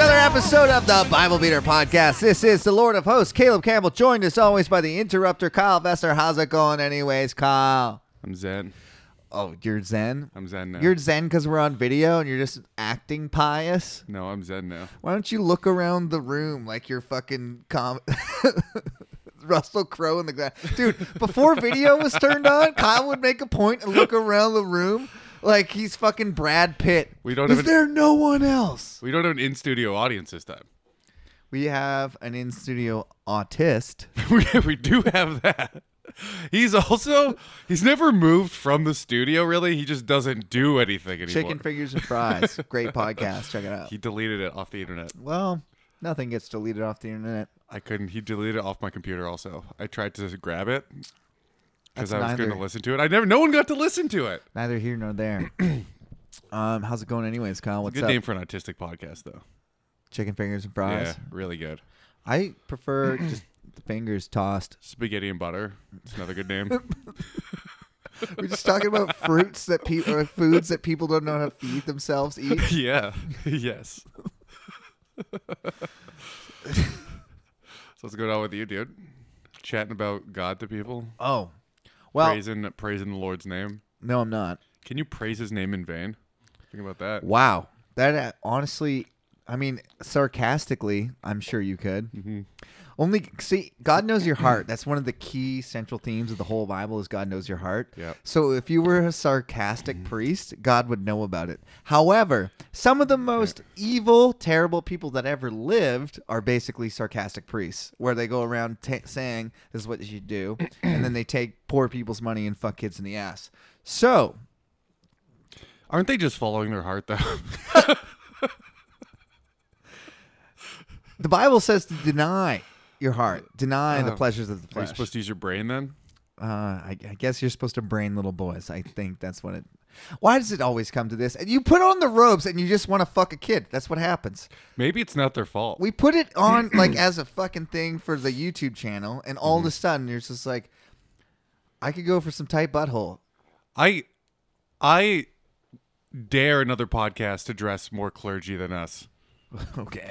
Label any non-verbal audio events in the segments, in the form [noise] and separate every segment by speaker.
Speaker 1: episode of the Bible Beater Podcast. This is the Lord of Hosts, Caleb Campbell, joined as always by the interrupter, Kyle Vester. How's it going, anyways, Kyle?
Speaker 2: I'm Zen.
Speaker 1: Oh, you're Zen?
Speaker 2: I'm Zen now.
Speaker 1: You're Zen because we're on video and you're just acting pious?
Speaker 2: no, I'm Zen now.
Speaker 1: Why don't you look around the room like you're fucking com. [laughs] Russell Crowe in the glass. Dude, before video was turned on, Kyle would make a point and look around the room like he's fucking Brad Pitt.
Speaker 2: We don't
Speaker 1: Is
Speaker 2: even-
Speaker 1: there no one else?
Speaker 2: We don't have an in studio audience this time. [laughs]
Speaker 1: We have an in studio [laughs] autist.
Speaker 2: we, we do have that. He's also he's never moved from the studio really. He just doesn't do anything anymore.
Speaker 1: Chicken fingers
Speaker 2: [laughs]
Speaker 1: and fries. Great podcast. Check it out.
Speaker 2: He deleted it off the internet.
Speaker 1: Well, nothing gets deleted off the internet.
Speaker 2: I couldn't. He deleted it off my computer also. I tried to grab it because
Speaker 1: That's
Speaker 2: I was going to
Speaker 1: neither-
Speaker 2: listen to it. I never. No one got to listen to it.
Speaker 1: Neither here
Speaker 2: [clears throat]
Speaker 1: nor there. um, how's it going, anyways, Kyle? What's
Speaker 2: Good
Speaker 1: up?
Speaker 2: name for an autistic podcast though.
Speaker 1: Chicken fingers and fries.
Speaker 2: Yeah, really good.
Speaker 1: I
Speaker 2: [clears throat]
Speaker 1: prefer just the fingers tossed.
Speaker 2: Spaghetti and butter. It's another good
Speaker 1: [laughs]
Speaker 2: name. [laughs]
Speaker 1: We're just talking about fruits that people or foods that people don't know how to feed
Speaker 2: [laughs]
Speaker 1: themselves eat.
Speaker 2: yeah. yes. [laughs] so what's going on with you, dude? Chatting about God to people,
Speaker 1: Oh, well,
Speaker 2: praising praising the Lord's name.
Speaker 1: no, I'm not.
Speaker 2: Can you praise His name in vain? Think about that.
Speaker 1: Wow, that uh, honestly, I mean, sarcastically, I'm sure you could.
Speaker 2: Mm-hmm.
Speaker 1: Only see, God knows your heart. That's one of the key central themes of the whole Bible is God knows your heart.
Speaker 2: Yep. Mm-hmm.
Speaker 1: So if you were a sarcastic priest, God would know about it. However, some of the most evil, terrible people that ever lived are basically sarcastic priests, where they go around ta saying, "This is what you should do," and then they take poor people's money and fuck kids in the ass. So
Speaker 2: Aren't they just following their heart though? [laughs]
Speaker 1: the Bible says to deny your heart, deny the
Speaker 2: Oh.
Speaker 1: pleasures of the
Speaker 2: Are you
Speaker 1: flesh.
Speaker 2: supposed to use your brain then?
Speaker 1: uh, I, I guess you're supposed to brain little boys. I think that's what it. Why does it always come to this? And you put on the robes and you just want to fuck a kid. That's what happens.
Speaker 2: Maybe it's not their fault.
Speaker 1: We put it
Speaker 2: [clears throat]
Speaker 1: on like as a fucking thing for the YouTube channel, and all
Speaker 2: Mm-hmm.
Speaker 1: of a sudden you're just like, I could go for some tight butthole. [laughs]
Speaker 2: I I dare another podcast to dress more clergy than us. [laughs]
Speaker 1: Okay.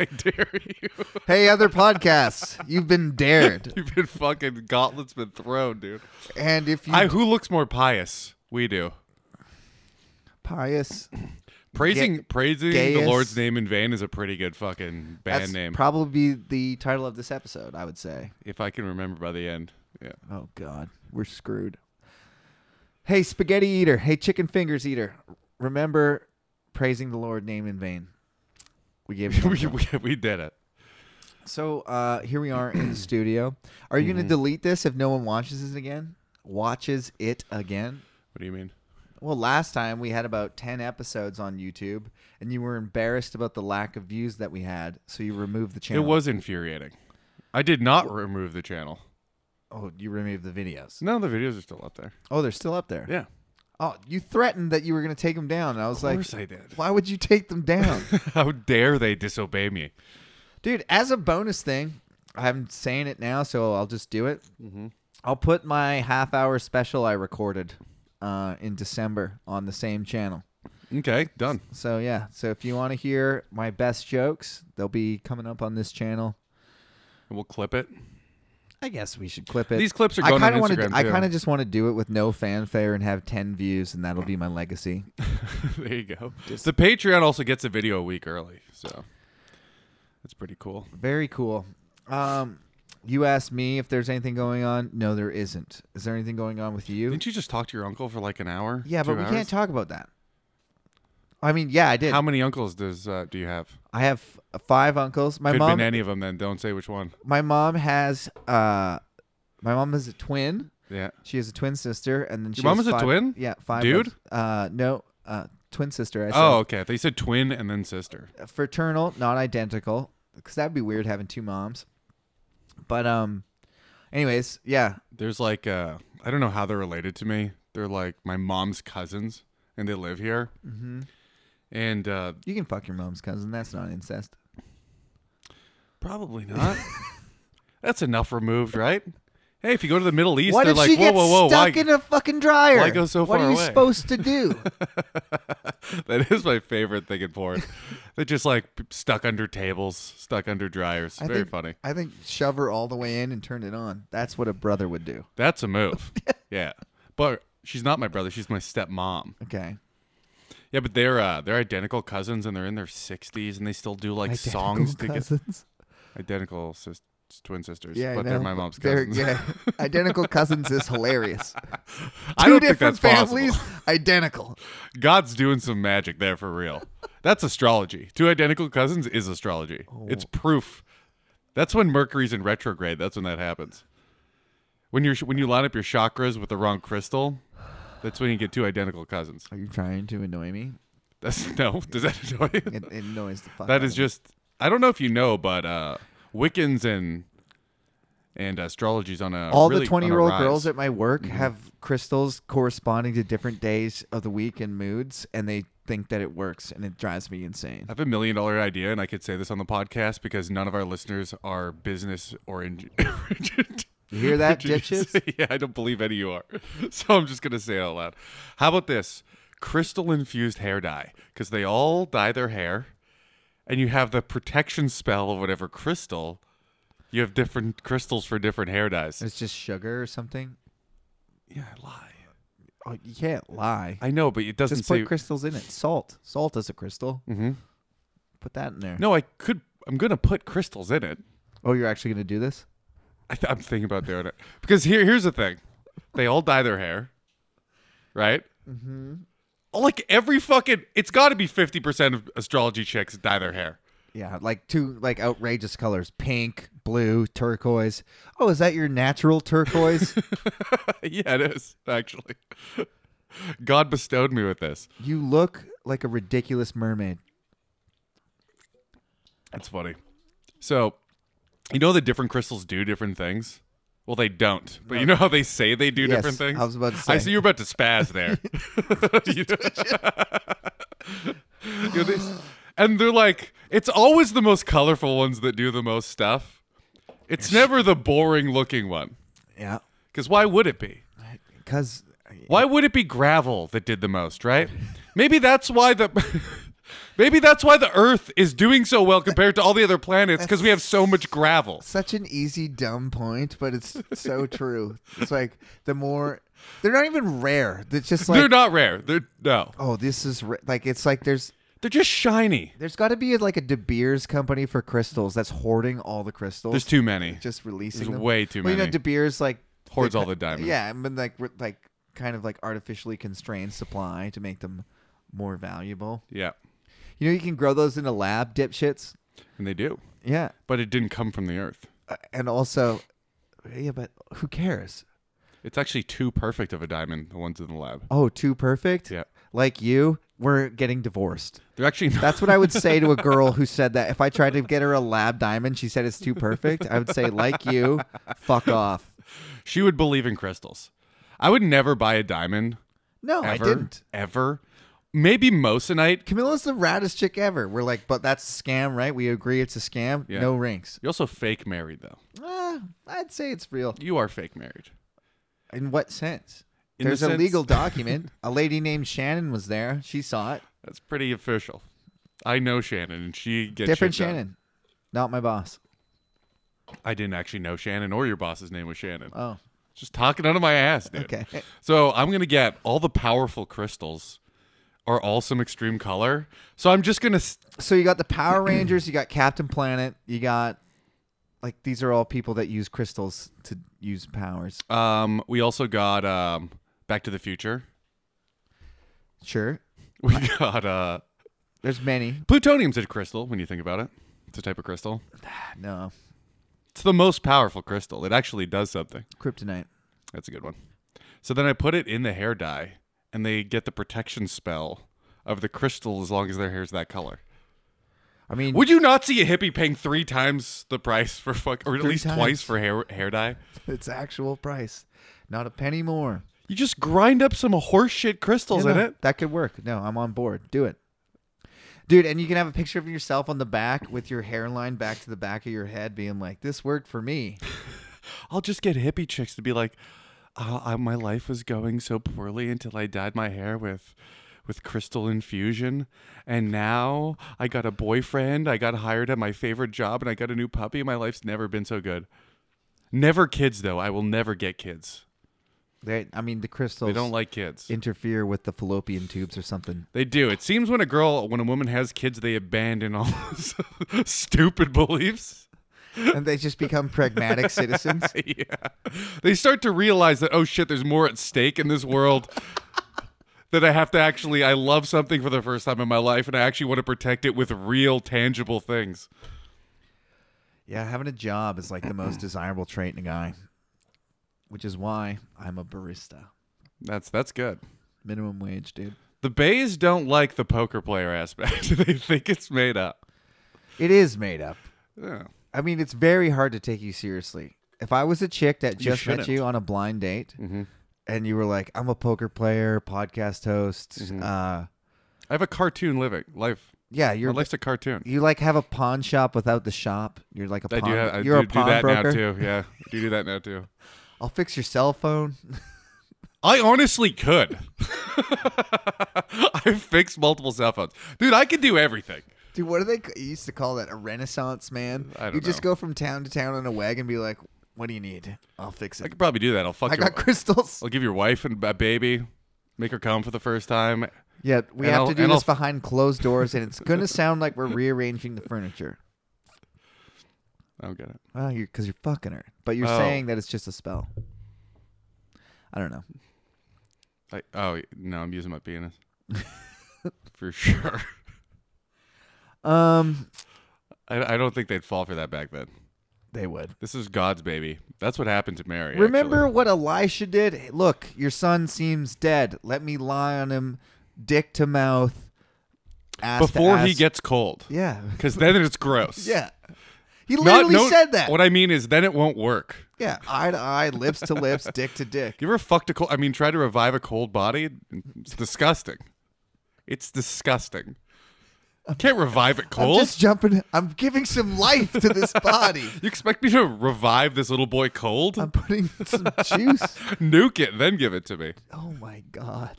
Speaker 2: I dare you.
Speaker 1: Hey, other podcasts, you've been dared.
Speaker 2: [laughs] You've been fucking gauntlet's been thrown, dude.
Speaker 1: And if you
Speaker 2: I who looks more pious? We do.
Speaker 1: pious,
Speaker 2: Praising praising
Speaker 1: Gaius.
Speaker 2: the Lord's name in vain is a pretty good fucking band
Speaker 1: that's
Speaker 2: name.
Speaker 1: probably the title of this episode. I would say.
Speaker 2: if I can remember by the end. Yeah.
Speaker 1: Oh God, we're screwed. Hey, spaghetti eater. Hey, chicken fingers eater. Remember praising the Lord name in vain. We gave you. one
Speaker 2: [laughs] we,
Speaker 1: shot.
Speaker 2: we, we did it.
Speaker 1: so uh, here we are in the studio. Are you
Speaker 2: Mm-hmm.
Speaker 1: gonna delete this if no one watches it again? Watches it again?
Speaker 2: What do you mean?
Speaker 1: Well, last time we had about ten episodes on YouTube, and you were embarrassed about the lack of views that we had, so you removed the channel.
Speaker 2: It was infuriating. I did not remove the channel.
Speaker 1: Oh, you removed the videos.
Speaker 2: No, the videos are still up there.
Speaker 1: Oh, they're still up there.
Speaker 2: Yeah.
Speaker 1: Oh, you threatened that you were gonna take them down, and I was
Speaker 2: Of
Speaker 1: like,
Speaker 2: course I did. [laughs]
Speaker 1: Why would you take them down? [laughs]
Speaker 2: How dare they disobey me?
Speaker 1: Dude, as a bonus thing, I'm saying it now, so I'll just do it.
Speaker 2: Mm-hmm.
Speaker 1: I'll put my half hour special I recorded uh, in December on the same channel.
Speaker 2: Okay, done.
Speaker 1: So, yeah. So, if you want to hear my best jokes, they'll be coming up on this channel.
Speaker 2: And we'll clip it. [laughs]
Speaker 1: I guess we should clip it.
Speaker 2: These clips are
Speaker 1: I
Speaker 2: going on
Speaker 1: kinda wanna do-
Speaker 2: Instagram,
Speaker 1: I
Speaker 2: too.
Speaker 1: kind of just want to do it with no fanfare and have 10 views, and that'll be my legacy.
Speaker 2: there you go. the Patreon also gets a video a week early, so that's pretty cool.
Speaker 1: Very cool. Um, you asked me if there's anything going on. No, there isn't. Is there anything going on with you?
Speaker 2: Didn't you just talk to your uncle for like an hour?
Speaker 1: Yeah, but
Speaker 2: Two
Speaker 1: we
Speaker 2: hours?
Speaker 1: can't talk about that. I mean, yeah, I did.
Speaker 2: How many uncles does uh, do you have?
Speaker 1: I have f- five uncles. My
Speaker 2: Could have
Speaker 1: mom,
Speaker 2: been any of them. Then don't say which one.
Speaker 1: my mom has, uh, my mom has a twin.
Speaker 2: Yeah.
Speaker 1: She has a twin sister, and then she
Speaker 2: mom
Speaker 1: has
Speaker 2: has a
Speaker 1: five-
Speaker 2: twin?
Speaker 1: Yeah, five.
Speaker 2: Dude?
Speaker 1: brothers. Uh, no, uh, twin sister. I said.
Speaker 2: Oh, okay. They said twin and then sister.
Speaker 1: fraternal, not identical, because that'd be weird having two moms. But um, anyways, yeah,
Speaker 2: There's like uh, I don't know how they're related to me. They're like my mom's cousins, and they live here. Mm-hmm. And uh,
Speaker 1: you can fuck your mom's cousin. That's not incest.
Speaker 2: probably not. [laughs] That's enough removed, right? Hey, if you go to the Middle East,
Speaker 1: what
Speaker 2: they're
Speaker 1: if
Speaker 2: like,
Speaker 1: she
Speaker 2: whoa, [laughs]
Speaker 1: gets
Speaker 2: whoa, whoa,
Speaker 1: stuck
Speaker 2: why?
Speaker 1: in a fucking dryer?
Speaker 2: why go so [laughs]
Speaker 1: what
Speaker 2: far
Speaker 1: are you
Speaker 2: away?
Speaker 1: supposed to do?
Speaker 2: that is my favorite thing in
Speaker 1: [laughs]
Speaker 2: porn. They're just like p- stuck under tables, stuck under dryers. Very
Speaker 1: think,
Speaker 2: funny.
Speaker 1: [laughs] I think shove her all the way in and turn it on. That's what a brother would do.
Speaker 2: That's a
Speaker 1: [laughs]
Speaker 2: move. yeah. But she's not my brother, she's my stepmom.
Speaker 1: Okay.
Speaker 2: Yeah, but they're uh, they're identical cousins and they're in their sixties and they still do like
Speaker 1: Identical
Speaker 2: songs together. [laughs]
Speaker 1: cousins.
Speaker 2: Identical sis- twin sisters.
Speaker 1: Yeah, I
Speaker 2: but they're
Speaker 1: know.
Speaker 2: my mom's
Speaker 1: They're-
Speaker 2: cousins. [laughs]
Speaker 1: yeah, identical cousins is hilarious.
Speaker 2: I
Speaker 1: Two
Speaker 2: don't think
Speaker 1: different
Speaker 2: that's
Speaker 1: families,
Speaker 2: possible. [laughs]
Speaker 1: identical.
Speaker 2: God's doing some magic there for real. That's astrology. Two identical cousins is astrology. It's
Speaker 1: Oh.
Speaker 2: proof. That's when Mercury's in retrograde. That's when that happens. When you're when you line up your chakras with the wrong crystal, that's when you get two identical cousins.
Speaker 1: Are you trying to annoy me?
Speaker 2: That's [laughs] no. Does that annoy you?
Speaker 1: It, it annoys the fuck.
Speaker 2: That
Speaker 1: out
Speaker 2: is
Speaker 1: of me.
Speaker 2: just I don't know if you know, but uh Wiccans and and astrology's on a
Speaker 1: all
Speaker 2: really,
Speaker 1: the twenty-year-old
Speaker 2: on a
Speaker 1: girls
Speaker 2: rise. Mm-hmm.
Speaker 1: at my work have crystals corresponding to different days of the week and moods, and they think that it works, and it drives me insane.
Speaker 2: I have a million dollar idea, and I could say this on the podcast because none of our listeners are business or [laughs] in-
Speaker 1: You hear that,
Speaker 2: Did
Speaker 1: ditches?
Speaker 2: you say- [laughs] yeah, I don't believe any you are. [laughs] So I'm just gonna say it out loud. How about this? Crystal infused hair dye, because they all dye their hair, and you have the protection spell of whatever crystal. You have different crystals for different hair dyes.
Speaker 1: It's just sugar or something.
Speaker 2: yeah, I lie.
Speaker 1: Oh, you can't lie.
Speaker 2: I know, but it doesn't
Speaker 1: Just
Speaker 2: say.
Speaker 1: put crystals in it. Salt. Salt is a crystal.
Speaker 2: Mhm.
Speaker 1: Put that in there.
Speaker 2: No, I could. I'm gonna put crystals in it. [laughs]
Speaker 1: Oh, you're actually gonna do this?
Speaker 2: I th- I'm thinking about doing it because here, here's the thing: they all dye their hair, right? Mm-hmm. Like every fucking, it's got to be fifty percent of astrology chicks dye their hair. [laughs]
Speaker 1: Yeah, like two like outrageous colors: pink, blue, turquoise. Oh, is that your natural [laughs] turquoise?
Speaker 2: yeah, it is actually. [laughs] God bestowed me with this.
Speaker 1: you look like a ridiculous mermaid.
Speaker 2: That's funny. So, you know the different crystals do different things. Well, they don't, but you know how they say they do
Speaker 1: Yes,
Speaker 2: different things.
Speaker 1: I was about to
Speaker 2: I
Speaker 1: say.
Speaker 2: see you're about to spaz
Speaker 1: [laughs]
Speaker 2: there. [laughs] You know- [laughs] You know, they- and they're like, it's always the most colorful ones that do the most stuff. It's never the boring looking one.
Speaker 1: Yeah,
Speaker 2: Because why would it be?
Speaker 1: because
Speaker 2: Why would it be gravel that did the most, right? Maybe that's why the [laughs] maybe that's why the Earth is doing so well compared to all the other planets because we have so much gravel.
Speaker 1: such an easy dumb point, but it's so [laughs] true. It's like the more they're not even rare. It's just like
Speaker 2: they're not rare. They're no.
Speaker 1: oh, this is ra-. like it's like there's
Speaker 2: They're just shiny.
Speaker 1: there's got to be like a De Beers company for crystals that's hoarding all the crystals.
Speaker 2: There's too many.
Speaker 1: just releasing
Speaker 2: There's
Speaker 1: them.
Speaker 2: way too
Speaker 1: well, You know,
Speaker 2: many.
Speaker 1: De Beers like
Speaker 2: Hoards
Speaker 1: they-
Speaker 2: all the diamonds.
Speaker 1: Yeah, I mean, like re- like kind of like artificially constrained supply to make them more valuable.
Speaker 2: Yeah.
Speaker 1: You know, you can grow those in a lab, dipshits.
Speaker 2: And they do.
Speaker 1: Yeah,
Speaker 2: But it didn't come from the earth.
Speaker 1: Uh, and also, yeah, but who cares?
Speaker 2: It's actually too perfect of a diamond, the ones in the lab.
Speaker 1: Oh, too perfect.
Speaker 2: Yeah.
Speaker 1: like you, we're getting divorced.
Speaker 2: They're actually not.
Speaker 1: That's what I would say to a girl who said that. If I tried to get her a lab diamond, she said it's too perfect. I would say, like you, fuck off.
Speaker 2: [laughs] she would believe in crystals. I would never buy a diamond.
Speaker 1: No,
Speaker 2: Ever,
Speaker 1: I didn't.
Speaker 2: Ever. Maybe moissanite.
Speaker 1: Camilla's the raddest chick ever. We're like, but that's a scam, right? We agree it's a scam.
Speaker 2: Yeah.
Speaker 1: No rings.
Speaker 2: You're also fake married, though.
Speaker 1: Ah, I'd say it's real.
Speaker 2: You are fake married.
Speaker 1: In what sense?
Speaker 2: In the
Speaker 1: There's a
Speaker 2: sense- [laughs]
Speaker 1: legal document. a lady named Shannon was there. She saw it.
Speaker 2: That's pretty official. I know Shannon, and she gets
Speaker 1: Different
Speaker 2: shit done.
Speaker 1: Shannon, not my boss.
Speaker 2: I didn't actually know Shannon or your boss's name was Shannon.
Speaker 1: Oh,
Speaker 2: Just talking out of my ass, dude.
Speaker 1: okay.
Speaker 2: So I'm gonna get all the powerful crystals, are all some extreme color. So I'm just gonna s-
Speaker 1: So you got
Speaker 2: [clears throat]
Speaker 1: the Power Rangers. You got Captain Planet. You got like these are all people that use crystals to use powers.
Speaker 2: Um, we also got um, Back to the Future. [laughs]
Speaker 1: Sure,
Speaker 2: We got uh,
Speaker 1: there's many. [sighs]
Speaker 2: plutonium's a crystal. When you think about it, it's a type of crystal.
Speaker 1: No,
Speaker 2: It's the most powerful crystal. It actually does something.
Speaker 1: kryptonite.
Speaker 2: That's a good one. So then I put it in the hair dye, and they get the protection spell of the crystal as long as their hair's that color.
Speaker 1: I mean,
Speaker 2: Would you not see a hippie paying three times the price for fuck, or at
Speaker 1: Three
Speaker 2: least
Speaker 1: times.
Speaker 2: twice for hair hair dye?
Speaker 1: it's actual price, not a penny more.
Speaker 2: You just grind up some horseshit crystals
Speaker 1: Yeah,
Speaker 2: in
Speaker 1: no,
Speaker 2: it.
Speaker 1: That could work. No, I'm on board. Do it. Dude, and you can have a picture of yourself on the back with your hairline back to the back of your head being like, this worked for me.
Speaker 2: I'll just get hippie chicks "Ah, to be like, uh, uh, my life was going so poorly until I dyed my hair with with crystal infusion, and now I got a boyfriend. I got hired at my favorite job, and I got a new puppy. My life's never been so good. Never kids though. I will never get kids.
Speaker 1: They, I mean, the crystals
Speaker 2: They don't like kids.
Speaker 1: interfere with the fallopian tubes or something.
Speaker 2: They do. It seems when a girl, when a woman has kids, they abandon all [laughs] those stupid beliefs.
Speaker 1: and they just
Speaker 2: [laughs]
Speaker 1: become pragmatic citizens.
Speaker 2: yeah. They start to realize that, oh shit, there's more at stake in this world. [laughs] That I have to actually, I love something for the first time in my life, and I actually want to protect it with real, tangible things.
Speaker 1: Yeah, having a job is like the most desirable trait in a guy, which is why I'm a barista.
Speaker 2: That's that's good.
Speaker 1: Minimum wage, dude.
Speaker 2: The Bays don't like the poker player aspect. [laughs] they think it's made up.
Speaker 1: It is made up.
Speaker 2: Yeah.
Speaker 1: I mean, it's very hard to take you seriously. If I was a chick that just met
Speaker 2: shouldn't. Mm-hmm.
Speaker 1: you on a blind date, and you were like, "I'm a poker player, podcast host,"
Speaker 2: Mm-hmm.
Speaker 1: uh,
Speaker 2: I have a cartoon living life.
Speaker 1: yeah, you're
Speaker 2: Your life's a cartoon.
Speaker 1: you like have a pawn shop without the shop. You're like a
Speaker 2: I
Speaker 1: pawn.
Speaker 2: do. Have, I do,
Speaker 1: you're a
Speaker 2: do that
Speaker 1: pawnbroker.
Speaker 2: now too. Yeah, I do do that now
Speaker 1: [laughs]
Speaker 2: too.
Speaker 1: I'll fix your cell phone. [laughs]
Speaker 2: I honestly could. [laughs] I've fixed multiple cell phones. Dude, I could do everything.
Speaker 1: Dude, what do they you used to call that? A renaissance man?
Speaker 2: I don't
Speaker 1: you just
Speaker 2: know.
Speaker 1: go from town to town on a wagon and be like, what do you need? I'll fix
Speaker 2: I
Speaker 1: it.
Speaker 2: could probably do that. I'll fuck
Speaker 1: I
Speaker 2: your,
Speaker 1: got crystals.
Speaker 2: I'll give your wife and a baby, make her come for the first time.
Speaker 1: Yeah, we
Speaker 2: And
Speaker 1: have
Speaker 2: I'll-
Speaker 1: to do
Speaker 2: and
Speaker 1: this
Speaker 2: I'll-
Speaker 1: behind closed doors, and it's going to sound like we're rearranging the furniture.
Speaker 2: I don't get it.
Speaker 1: Well, you're because you're fucking her, but you're
Speaker 2: Oh.
Speaker 1: saying that it's just a spell. I don't know.
Speaker 2: I, oh, no, I'm using my
Speaker 1: [laughs]
Speaker 2: penis. for sure.
Speaker 1: Um,
Speaker 2: I, I don't think they'd fall for that back then.
Speaker 1: they would.
Speaker 2: This is God's baby. That's what happened to Mary.
Speaker 1: Remember
Speaker 2: actually.
Speaker 1: what Elisha did? Hey, look, your son seems dead. Let me lie on him, dick to mouth, ass to
Speaker 2: before he
Speaker 1: ass."
Speaker 2: gets cold.
Speaker 1: yeah, [laughs]
Speaker 2: Because then it's gross.
Speaker 1: yeah. He
Speaker 2: Not-
Speaker 1: literally
Speaker 2: no-
Speaker 1: said that.
Speaker 2: What I mean is, then it won't work.
Speaker 1: Yeah, eye to eye, lips to lips, dick to dick.
Speaker 2: You ever fucked a cold? I mean, try to revive a cold body. It's disgusting. It's disgusting. You can't revive it
Speaker 1: I'm
Speaker 2: cold.
Speaker 1: just jumping. I'm giving some life to this body. [laughs]
Speaker 2: You expect me to revive this little boy cold?
Speaker 1: I'm putting some
Speaker 2: [laughs]
Speaker 1: juice.
Speaker 2: Nuke it, then give it to me.
Speaker 1: Oh my god.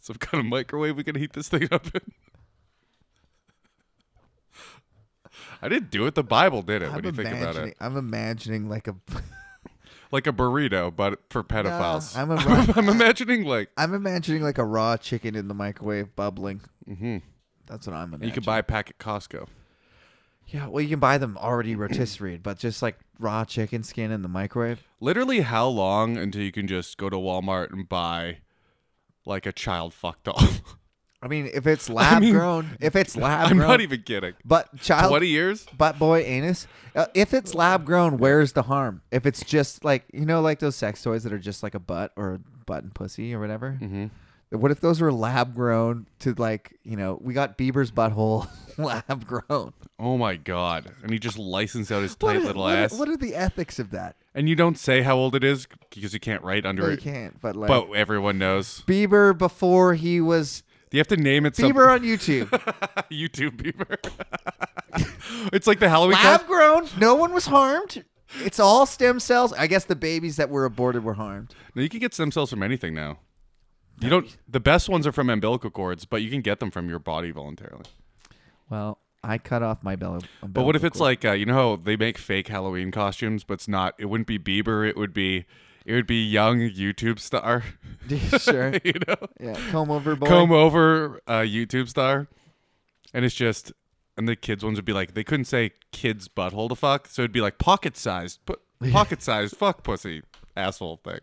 Speaker 2: Some kind of microwave we can heat this thing up in. I didn't do it. The Bible did it.
Speaker 1: I'm
Speaker 2: What do you think
Speaker 1: imagining.
Speaker 2: about it?
Speaker 1: I'm imagining like a.
Speaker 2: Like a burrito, but for pedophiles. [laughs]
Speaker 1: I'm a-
Speaker 2: I'm imagining like
Speaker 1: I'm imagining like a raw chicken in the microwave bubbling. Mm-hmm. That's what I'm imagining.
Speaker 2: you could buy a pack at Costco.
Speaker 1: Yeah, well, you can buy them
Speaker 2: [clears throat]
Speaker 1: already rotisserie, but just like raw chicken skin in the microwave.
Speaker 2: Literally, how long until you can just go to Walmart and buy like a child fuck doll?
Speaker 1: I mean,
Speaker 2: [laughs]
Speaker 1: if it's lab
Speaker 2: mean,
Speaker 1: grown, if
Speaker 2: [laughs]
Speaker 1: it's lab
Speaker 2: I'm
Speaker 1: grown,
Speaker 2: not even kidding.
Speaker 1: but child
Speaker 2: 20 years?
Speaker 1: butt boy anus. Uh, if it's lab grown, where's the harm? If it's just like you know, like those sex toys that are just like a butt or a butt and pussy or whatever. Mm-hmm. What if those were lab grown to like you know we got Bieber's butthole [laughs] lab grown?
Speaker 2: Oh my god! And he just licensed out his
Speaker 1: What
Speaker 2: tight
Speaker 1: are-
Speaker 2: little
Speaker 1: what are-
Speaker 2: ass.
Speaker 1: what are the ethics of that?
Speaker 2: and you don't say how old it is because you can't write under
Speaker 1: No, Oh, you
Speaker 2: it.
Speaker 1: can't. But like
Speaker 2: But everyone knows.
Speaker 1: Bieber before he was
Speaker 2: You have to name it something.
Speaker 1: Bieber on
Speaker 2: [laughs]
Speaker 1: YouTube.
Speaker 2: YouTube Bieber. [laughs] it's like the Halloween. costume.
Speaker 1: lab grown. No one was harmed. It's all stem cells. I guess the babies that were aborted were harmed.
Speaker 2: No, you can get stem cells from anything now. You don't. The best ones are from umbilical cords, but you can get them from your body voluntarily.
Speaker 1: Well, I cut off my belly.
Speaker 2: But what if it's like uh, you know how they make fake Halloween costumes, but it's not. It wouldn't be Bieber. It would be. It would be young YouTube star. [laughs]
Speaker 1: [laughs] sure?
Speaker 2: you know,
Speaker 1: Yeah, comb over boy.
Speaker 2: comb over uh, YouTube star, and it's just. And the kids ones would be like they couldn't say kids butthole to fuck, so it'd be like pocket sized, pu-
Speaker 1: [laughs]
Speaker 2: pocket sized fuck pussy asshole thing.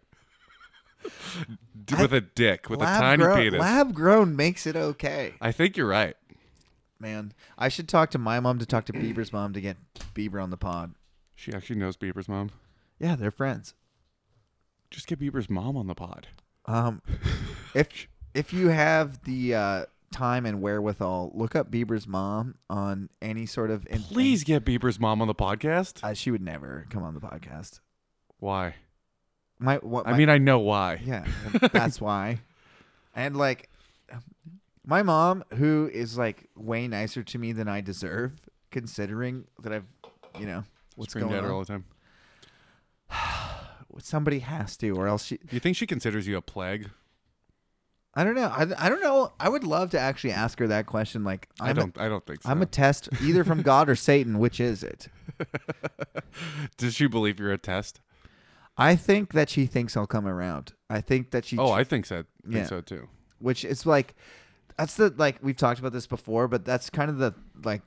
Speaker 2: D- with a dick, with a tiny
Speaker 1: grown,
Speaker 2: penis.
Speaker 1: Lab grown makes it okay,
Speaker 2: I think you're right.
Speaker 1: man. I should talk to my mom to talk to Bieber's mom to get Bieber on the pod.
Speaker 2: She actually knows Bieber's mom.
Speaker 1: Yeah, they're friends.
Speaker 2: Just get Bieber's mom on the pod.
Speaker 1: Um, if if you have the uh, time and wherewithal, look up Bieber's mom on any sort of. in-
Speaker 2: Please get Bieber's mom on the podcast.
Speaker 1: uh, she would never come on the podcast.
Speaker 2: Why?
Speaker 1: My, what,
Speaker 2: I
Speaker 1: Oh my-
Speaker 2: mean, I know why.
Speaker 1: Yeah, and that's why. And like, my mom, who is like way nicer to me than I deserve, considering that I've, you know, what's
Speaker 2: Screamed
Speaker 1: going
Speaker 2: at her all
Speaker 1: on.
Speaker 2: the time.
Speaker 1: Somebody has to, or else she.
Speaker 2: Do you think she considers you a plague?
Speaker 1: I don't know. I, I don't know. I would love to actually ask her that question. Like, I'm
Speaker 2: I don't. I I don't think so.
Speaker 1: A, I'm a test either from God or Satan. Which is it?
Speaker 2: Does she believe you're a test?
Speaker 1: I think that she thinks I'll come around. I think that she.
Speaker 2: Oh, I think so. I think
Speaker 1: Yeah.
Speaker 2: so too.
Speaker 1: which is like, that's the like we've talked about this before, but that's kind of the like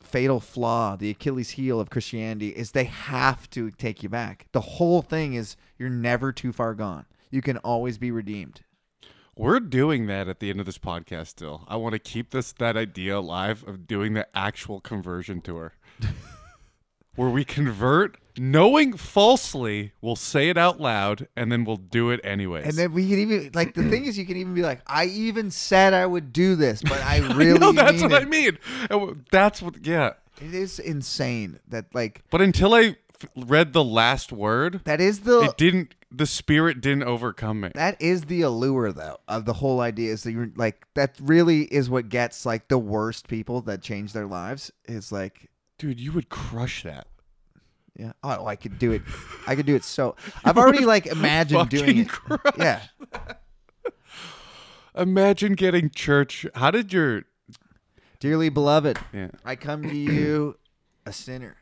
Speaker 1: fatal flaw, the Achilles heel of Christianity is they have to take you back. The whole thing is you're never too far gone. You can always be redeemed.
Speaker 2: We're doing that at the end of this podcast. Still, I want to keep this that idea alive of doing the actual conversion
Speaker 1: [laughs]
Speaker 2: tour, where we convert, knowing falsely. We'll say it out loud, and then we'll do it anyways.
Speaker 1: And then we can even like the thing is you can even be like, I even said I would do this, but
Speaker 2: [laughs]
Speaker 1: I really
Speaker 2: no, that's
Speaker 1: mean
Speaker 2: what [laughs]
Speaker 1: it.
Speaker 2: I mean. And w- That's what. Yeah.
Speaker 1: It is insane that like
Speaker 2: But until I f- read the last word,
Speaker 1: that is the
Speaker 2: it didn't. The spirit didn't overcome me.
Speaker 1: that is the allure though of the whole idea is that you're like that really is what gets like the worst people that change their lives is like
Speaker 2: Dude, you would crush that.
Speaker 1: yeah oh I could do it I could do it so I've already like imagined doing
Speaker 2: Fucking
Speaker 1: it
Speaker 2: crush.
Speaker 1: yeah
Speaker 2: [laughs] Imagine getting church. How did your
Speaker 1: dearly beloved
Speaker 2: yeah.
Speaker 1: I come to you [clears throat] a sinner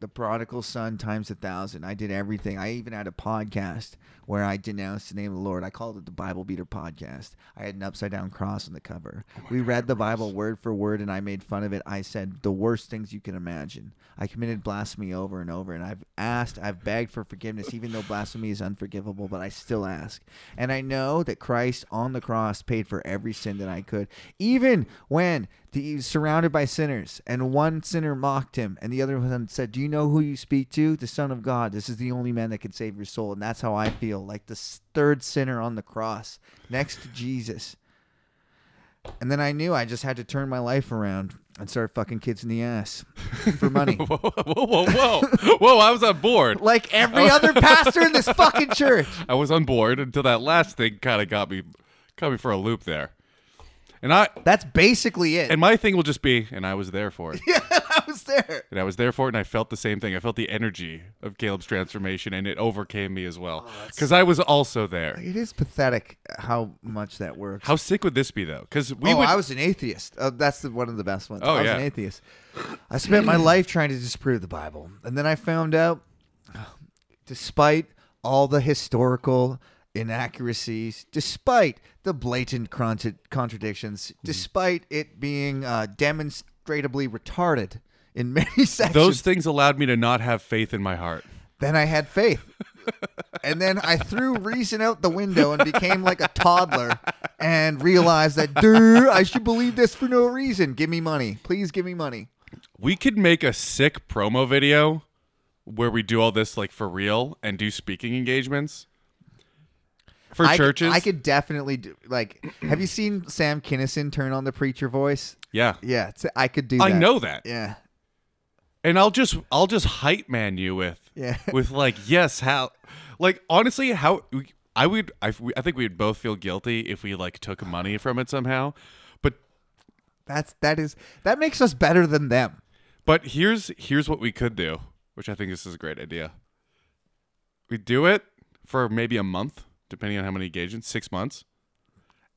Speaker 1: the prodigal son times a thousand I did everything I even had a podcast where I denounced the name of the Lord I called it the Bible Beater podcast I had an upside down cross on the cover we read the Bible word for word and I made fun of it I said the worst things you can imagine I committed blasphemy over and over and I've asked I've begged for forgiveness even though blasphemy is unforgivable but I still ask and I know that Christ on the cross paid for every sin that I could even when the, he was surrounded by sinners and one sinner mocked him and the other one said do you know who you speak to the son of god this is the only man that can save your soul and that's how i feel like the s- third sinner on the cross next to jesus and then i knew i just had to turn my life around and start fucking kids in the ass for
Speaker 2: [laughs]
Speaker 1: money
Speaker 2: Whoa, whoa, whoa, whoa. whoa, I was on board.
Speaker 1: like every other pastor in this fucking church
Speaker 2: I was on board until that last thing kind of got me got me for a loop there. And I
Speaker 1: that's basically it
Speaker 2: and my thing will just be and I was there for it.
Speaker 1: [laughs] yeah [laughs] i was there
Speaker 2: And I was there for it and I felt the same thing. I felt the energy of Caleb's transformation and it overcame me as well
Speaker 1: Oh,
Speaker 2: cuz I was also there.
Speaker 1: it is pathetic how much that works
Speaker 2: How sick would this be though? Cuz we
Speaker 1: oh,
Speaker 2: would
Speaker 1: I was an atheist. Uh, that's the, one of the best ones.
Speaker 2: Oh,
Speaker 1: I was an
Speaker 2: yeah.
Speaker 1: atheist. I spent my life trying to disprove the Bible, and then I found out, [sighs] despite all the historical inaccuracies, despite the blatant contra-
Speaker 2: Hmm.
Speaker 1: contradictions, despite it being uh, demonstrably retarded in [laughs] many sections,
Speaker 2: those things allowed me to not have faith in my heart.
Speaker 1: then I had faith. and then I threw reason out the window and became like a toddler and realized that, dude, I should believe this for no reason. Give me money. Please give me money.
Speaker 2: We could make a sick promo video where we do all this like for real and do speaking engagements for
Speaker 1: I,
Speaker 2: churches.
Speaker 1: I could definitely do, like, have you seen Sam Kinison turn on the preacher voice?
Speaker 2: yeah.
Speaker 1: Yeah, it's- I could do
Speaker 2: I
Speaker 1: that.
Speaker 2: know that.
Speaker 1: Yeah.
Speaker 2: And I'll just I'll just hype man you with
Speaker 1: Yeah. [laughs]
Speaker 2: with like yes how like honestly how I would I, I think we'd both feel guilty if we like took money from it somehow. But
Speaker 1: That's, that is, that makes us better than them.
Speaker 2: But here's here's what we could do, which I think this is a great idea. We do it for maybe a month, depending on how many engagements, six months,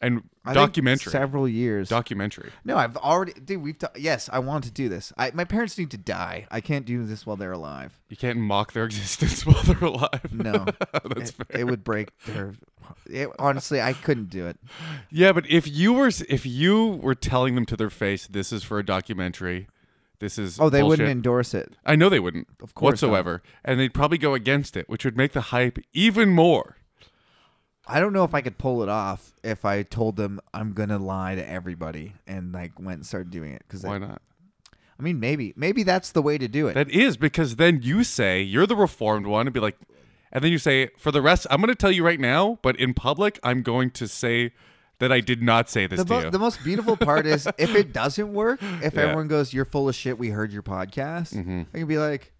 Speaker 2: and
Speaker 1: I think
Speaker 2: documentary,
Speaker 1: Several years.
Speaker 2: documentary.
Speaker 1: No, I've already, dude. We've ta- yes, I want to do this. I, my parents need to die. I can't do this while they're alive.
Speaker 2: You can't mock their [laughs] existence while they're alive.
Speaker 1: No,
Speaker 2: [laughs]
Speaker 1: Eh.
Speaker 2: That's [laughs]
Speaker 1: it, it would break their. It, honestly, I couldn't do it.
Speaker 2: yeah, but if you were s- if you were telling them to their face, this is for a documentary, this is
Speaker 1: Oh, they wouldn't
Speaker 2: bullshit,"
Speaker 1: endorse it.
Speaker 2: I know they wouldn't,
Speaker 1: Of course not.
Speaker 2: whatsoever, and they'd probably go against it, which would make the hype even more.
Speaker 1: I don't know if I could pull it off if I told them I'm gonna lie to everybody and like went and started doing it. Because
Speaker 2: Why
Speaker 1: I,
Speaker 2: not?
Speaker 1: I mean, maybe maybe that's the way to do it.
Speaker 2: That is because then you say you're the reformed one and be like, and then you say, for the rest, I'm going to tell you right now, but in public, I'm going to say that I did not say this
Speaker 1: the,
Speaker 2: to
Speaker 1: mo-
Speaker 2: you.
Speaker 1: the most beautiful part
Speaker 2: [laughs]
Speaker 1: is if it doesn't work, if
Speaker 2: Yeah. Mm-hmm.
Speaker 1: everyone goes, "You're full of shit," we heard your podcast. I can be like,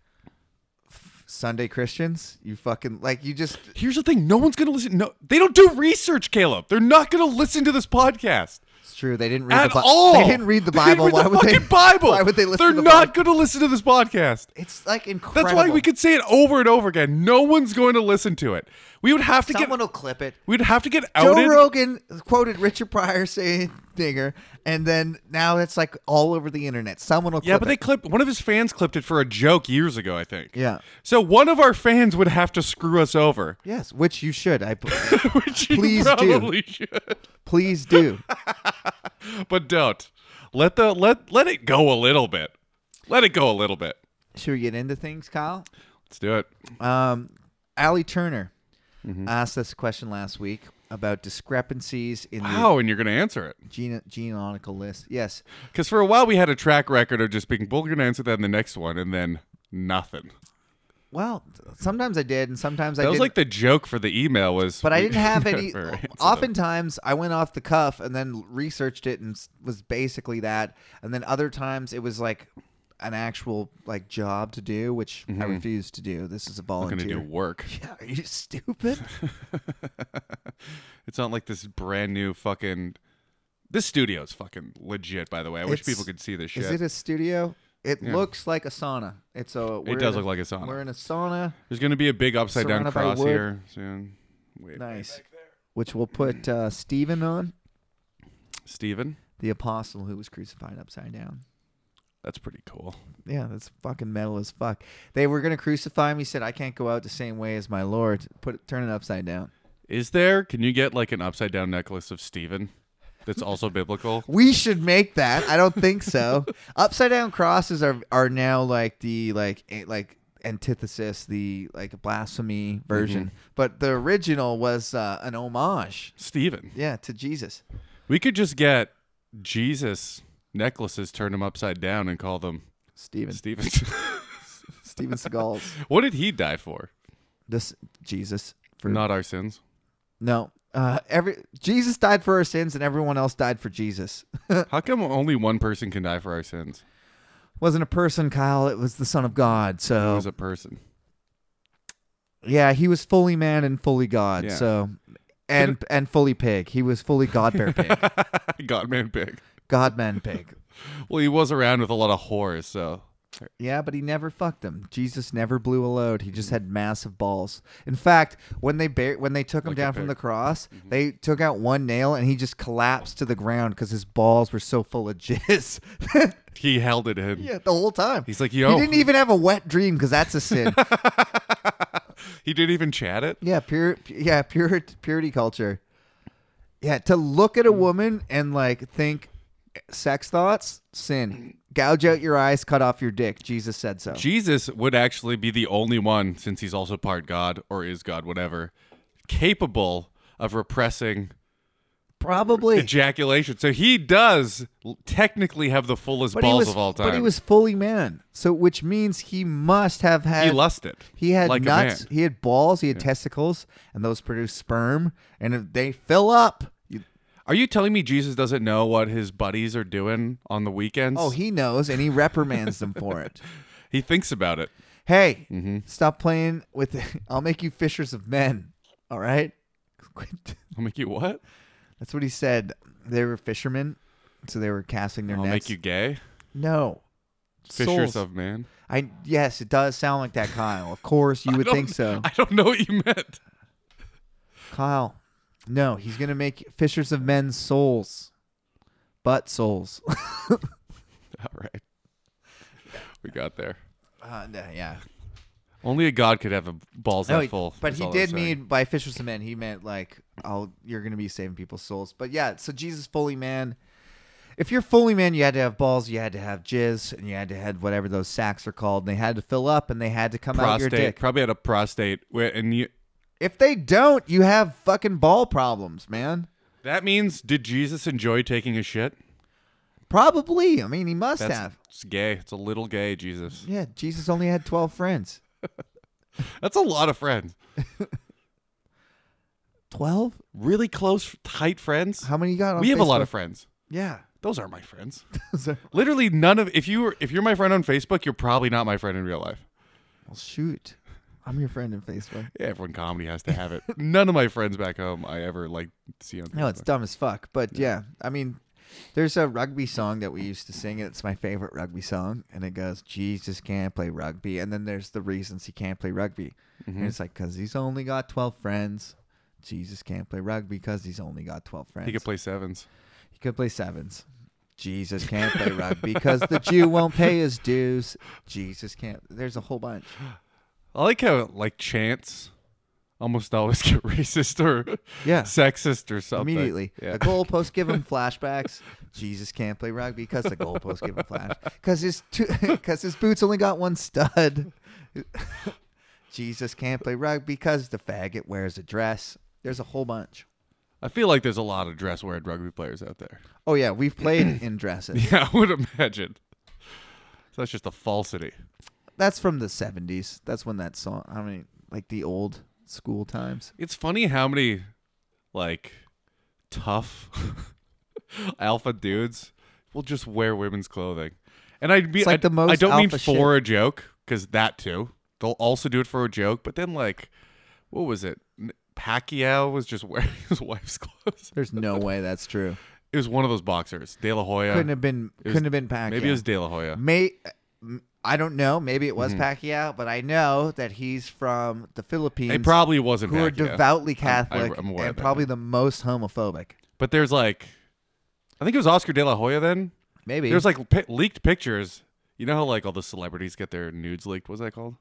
Speaker 1: "F- Sunday Christians, you fucking like you just
Speaker 2: Here's the thing no one's going to listen. No, they don't do research, Caleb. They're not going to listen to this podcast.
Speaker 1: It's true. They didn't read
Speaker 2: at
Speaker 1: the Bi-
Speaker 2: all.
Speaker 1: They
Speaker 2: [laughs]
Speaker 1: didn't read the Bible.
Speaker 2: read
Speaker 1: why
Speaker 2: the
Speaker 1: would they?
Speaker 2: fucking Bible?
Speaker 1: [laughs] Why would they listen?
Speaker 2: They're
Speaker 1: to the
Speaker 2: not
Speaker 1: Bible?
Speaker 2: going to listen to this podcast.
Speaker 1: It's like incredible.
Speaker 2: That's why we could say it over and over again. No one's going to listen to it. We would have to
Speaker 1: Someone
Speaker 2: get
Speaker 1: will clip it.
Speaker 2: we'd have to get
Speaker 1: Joe
Speaker 2: outed.
Speaker 1: Rogan quoted Richard Pryor saying "nigger," and then now it's like all over the internet. Someone will clip
Speaker 2: yeah, but they
Speaker 1: it.
Speaker 2: clipped one of his fans clipped it for a joke years ago, I think.
Speaker 1: Yeah.
Speaker 2: So one of our fans would have to screw us over, [laughs]
Speaker 1: yes, which you should. I
Speaker 2: which you
Speaker 1: Please do.
Speaker 2: probably should.
Speaker 1: [laughs] please do.
Speaker 2: But don't. Let the let let it go a little bit. Let it go a little bit.
Speaker 1: Should we get into things, Kyle?
Speaker 2: Let's do it.
Speaker 1: Um, Allie Turner asked us a question last week about discrepancies in
Speaker 2: Wow, and you're going to answer it.
Speaker 1: the gene- genealogical list. Yes,
Speaker 2: Because for a while we had a track record of just being, well, we're going to answer that in the next one, and then nothing.
Speaker 1: well, sometimes I did, and sometimes I
Speaker 2: That was
Speaker 1: didn't.
Speaker 2: like the joke for the email was. [laughs]
Speaker 1: but I
Speaker 2: we
Speaker 1: didn't have any.
Speaker 2: never answered them.
Speaker 1: Oftentimes, I went off the cuff and then researched it and s- was basically that. And then other times, it was like an actual like job to do, which
Speaker 2: Mm-hmm.
Speaker 1: I refused to do. This is a
Speaker 2: I'm
Speaker 1: volunteer.
Speaker 2: going to do work.
Speaker 1: [laughs] yeah, are
Speaker 2: [laughs]
Speaker 1: you stupid?
Speaker 2: It's not like this brand new fucking. This studio is fucking legit, by the way. I wish
Speaker 1: It's-
Speaker 2: people could see this shit.
Speaker 1: Is it a studio? It looks like a sauna. It's a. we're
Speaker 2: does
Speaker 1: in
Speaker 2: look like a sauna.
Speaker 1: We're in a sauna.
Speaker 2: There's going to be a big upside down
Speaker 1: Surrounded by
Speaker 2: cross
Speaker 1: wood.
Speaker 2: here soon. Wait,
Speaker 1: Nice. Which we'll put uh, Stephen on,
Speaker 2: Steven?
Speaker 1: the apostle who was crucified upside down.
Speaker 2: That's pretty cool.
Speaker 1: Yeah, that's fucking metal as fuck. They were gonna crucify him. He said, "I can't go out the same way as my Lord. Put it, turn it upside down."
Speaker 2: Is there? Can you get like an upside down necklace of Steven that's
Speaker 1: [laughs]
Speaker 2: also biblical?
Speaker 1: We should make that. I don't think so. upside down crosses are are now like the like a- like antithesis, the like blasphemy version. But the original was uh, an homage,
Speaker 2: Steven.
Speaker 1: yeah, to Jesus.
Speaker 2: We could just get Jesus necklaces, turn them upside down, and call them
Speaker 1: Steven
Speaker 2: Stevens.
Speaker 1: Steven Seagal's
Speaker 2: [laughs] what did he die for?
Speaker 1: this Jesus for
Speaker 2: Not our
Speaker 1: [laughs]
Speaker 2: sins.
Speaker 1: no. Uh, every Jesus died for our sins, and everyone else died for Jesus.
Speaker 2: How come only one person can die for our sins?
Speaker 1: wasn't a person, Kyle. It was the Son of God.
Speaker 2: He
Speaker 1: So
Speaker 2: was a person.
Speaker 1: yeah, he was fully man and fully God.
Speaker 2: Yeah.
Speaker 1: So and and fully pig. He was fully God bear pig,
Speaker 2: [laughs] God man pig.
Speaker 1: God man pig.
Speaker 2: Well, he was around with a lot of whores, so
Speaker 1: Yeah, but he never fucked them. Jesus never blew a load. He
Speaker 2: Mm-hmm.
Speaker 1: just had massive balls. In fact, when they bar- when they took him
Speaker 2: Like a
Speaker 1: down from
Speaker 2: pig. Mm-hmm.
Speaker 1: the cross, they took out one nail and he just collapsed to the ground because his balls were so full of jizz. [laughs]
Speaker 2: he held it in.
Speaker 1: yeah, the whole time.
Speaker 2: He's like, yo.
Speaker 1: He didn't even have a wet dream because that's a sin.
Speaker 2: He didn't even chat it.
Speaker 1: Yeah, pure. Yeah, pure purity culture. Yeah, to look at a woman and like think sex thoughts, sin. Gouge out your eyes, cut off your dick. Jesus said so.
Speaker 2: Jesus would actually be the only one, since he's also part God or is God, whatever, capable of repressing
Speaker 1: Probably,
Speaker 2: ejaculation. So he does l- technically have the fullest
Speaker 1: but he
Speaker 2: balls
Speaker 1: was,
Speaker 2: of all time.
Speaker 1: but he was fully man. So, which means he must have had.
Speaker 2: He lusted.
Speaker 1: He had
Speaker 2: like
Speaker 1: nuts.
Speaker 2: A man.
Speaker 1: He had balls. He had testicles, and those produce sperm, and if they fill up. you-
Speaker 2: Are you telling me Jesus doesn't know what his buddies are doing on the weekends?
Speaker 1: Oh, he knows, and he reprimands them for it.
Speaker 2: he thinks about it.
Speaker 1: hey,
Speaker 2: Mm-hmm.
Speaker 1: stop playing with. [laughs] I'll make you fishers of men. All right, Quit. [laughs]
Speaker 2: I'll make you what?
Speaker 1: that's what he said. They were fishermen, so they were casting their
Speaker 2: I'll
Speaker 1: nets.
Speaker 2: make you gay.
Speaker 1: no
Speaker 2: Fish
Speaker 1: Souls.
Speaker 2: yourself, man.
Speaker 1: I yes, it does sound like that, Kyle. Of course, you would think so,
Speaker 2: [laughs] I don't know what you meant.
Speaker 1: Kyle. No, he's gonna make fishers of men's souls, but souls. [laughs]
Speaker 2: [laughs] All right. We got there.
Speaker 1: uh, no, yeah,
Speaker 2: Only a god could have a balls
Speaker 1: No,
Speaker 2: that
Speaker 1: he-
Speaker 2: full.
Speaker 1: But
Speaker 2: is
Speaker 1: he
Speaker 2: all I'm
Speaker 1: did
Speaker 2: saying.
Speaker 1: mean by fishers of men. He meant like, "Oh, you're gonna be saving people's souls." But yeah, so Jesus fully man. If you're fully man, you had to have balls, you had to have jizz, and you had to have whatever those sacks are called. And they had to fill up, and they had to come out your
Speaker 2: prostate.
Speaker 1: dick.
Speaker 2: Probably had a prostate, Wait, and you.
Speaker 1: if they don't, you have fucking ball problems, man.
Speaker 2: That means did Jesus enjoy taking a shit?
Speaker 1: Probably. I mean, he must
Speaker 2: That's
Speaker 1: have.
Speaker 2: it's gay. It's a little gay, Jesus.
Speaker 1: Yeah, Jesus only had twelve friends.
Speaker 2: That's a lot of friends.
Speaker 1: Twelve?
Speaker 2: Really close, tight friends.
Speaker 1: How many you got? On
Speaker 2: we have a lot of
Speaker 1: Facebook?
Speaker 2: friends.
Speaker 1: Yeah. [laughs]
Speaker 2: Those are my friends.
Speaker 1: So-
Speaker 2: Literally none of if you were if you're my friend on Facebook, you're probably not my friend in real life.
Speaker 1: well, shoot, I'm your friend in Facebook.
Speaker 2: Yeah, everyone comedy has to have
Speaker 1: [laughs]
Speaker 2: it. none of my friends back home I ever like see on Facebook.
Speaker 1: No, it's dumb as fuck. But yeah, I mean, There's a rugby song that we used to sing, and it's my favorite rugby song. And it goes, Jesus can't play rugby. And then there's the reasons he can't play rugby.
Speaker 2: Mm-hmm.
Speaker 1: And it's like, because he's only got 12 friends. Jesus can't play rugby because he's only got 12 friends.
Speaker 2: He could play sevens.
Speaker 1: He could play sevens.
Speaker 2: [laughs]
Speaker 1: Jesus can't play rugby because the Jew won't pay his dues. Jesus can't. There's a whole bunch.
Speaker 2: I like how like chants almost always [laughs] get racist or
Speaker 1: Yeah.
Speaker 2: sexist or something.
Speaker 1: Immediately.
Speaker 2: Yeah.
Speaker 1: The goalposts give
Speaker 2: [laughs]
Speaker 1: him flashbacks. Jesus can't play rugby because the goalposts give him flash. Because his [laughs] because his boots only got one stud. [laughs] Jesus can't play rugby because the faggot wears a dress. There's a whole bunch.
Speaker 2: I feel like there's a lot of dress wearing rugby players out there.
Speaker 1: Oh yeah, we've
Speaker 2: [coughs]
Speaker 1: played in
Speaker 2: [laughs]
Speaker 1: dresses.
Speaker 2: Yeah, I would imagine. So that's just a falsity.
Speaker 1: That's from the '70s. That's when that song. I mean, like the old school times.
Speaker 2: It's funny how many like tough [laughs] alpha dudes will just wear women's clothing. And I mean
Speaker 1: It's like
Speaker 2: I,
Speaker 1: the most
Speaker 2: I don't mean
Speaker 1: alpha shit.
Speaker 2: for a joke cuz that too. They'll also do it for a joke, but then like what was it? N- Pacquiao was just [laughs] wearing his wife's clothes.
Speaker 1: There's no way that's true.
Speaker 2: It was one of those boxers, De La Hoya.
Speaker 1: Couldn't have been.
Speaker 2: was-
Speaker 1: couldn't have been Pacquiao.
Speaker 2: Maybe it was De La Hoya.
Speaker 1: May uh, I don't know. Maybe it was
Speaker 2: Mm-hmm.
Speaker 1: Pacquiao, but I know that he's from the Philippines,
Speaker 2: It probably wasn't
Speaker 1: who are
Speaker 2: Pacquiao.
Speaker 1: devoutly
Speaker 2: I'm-
Speaker 1: Catholic
Speaker 2: I'm aware of
Speaker 1: and
Speaker 2: that,
Speaker 1: probably the most homophobic.
Speaker 2: But there's like, I think it was Oscar De La Hoya then.
Speaker 1: Maybe
Speaker 2: There's like pi leaked pictures. You know how like all the celebrities get their nudes leaked? What's that called?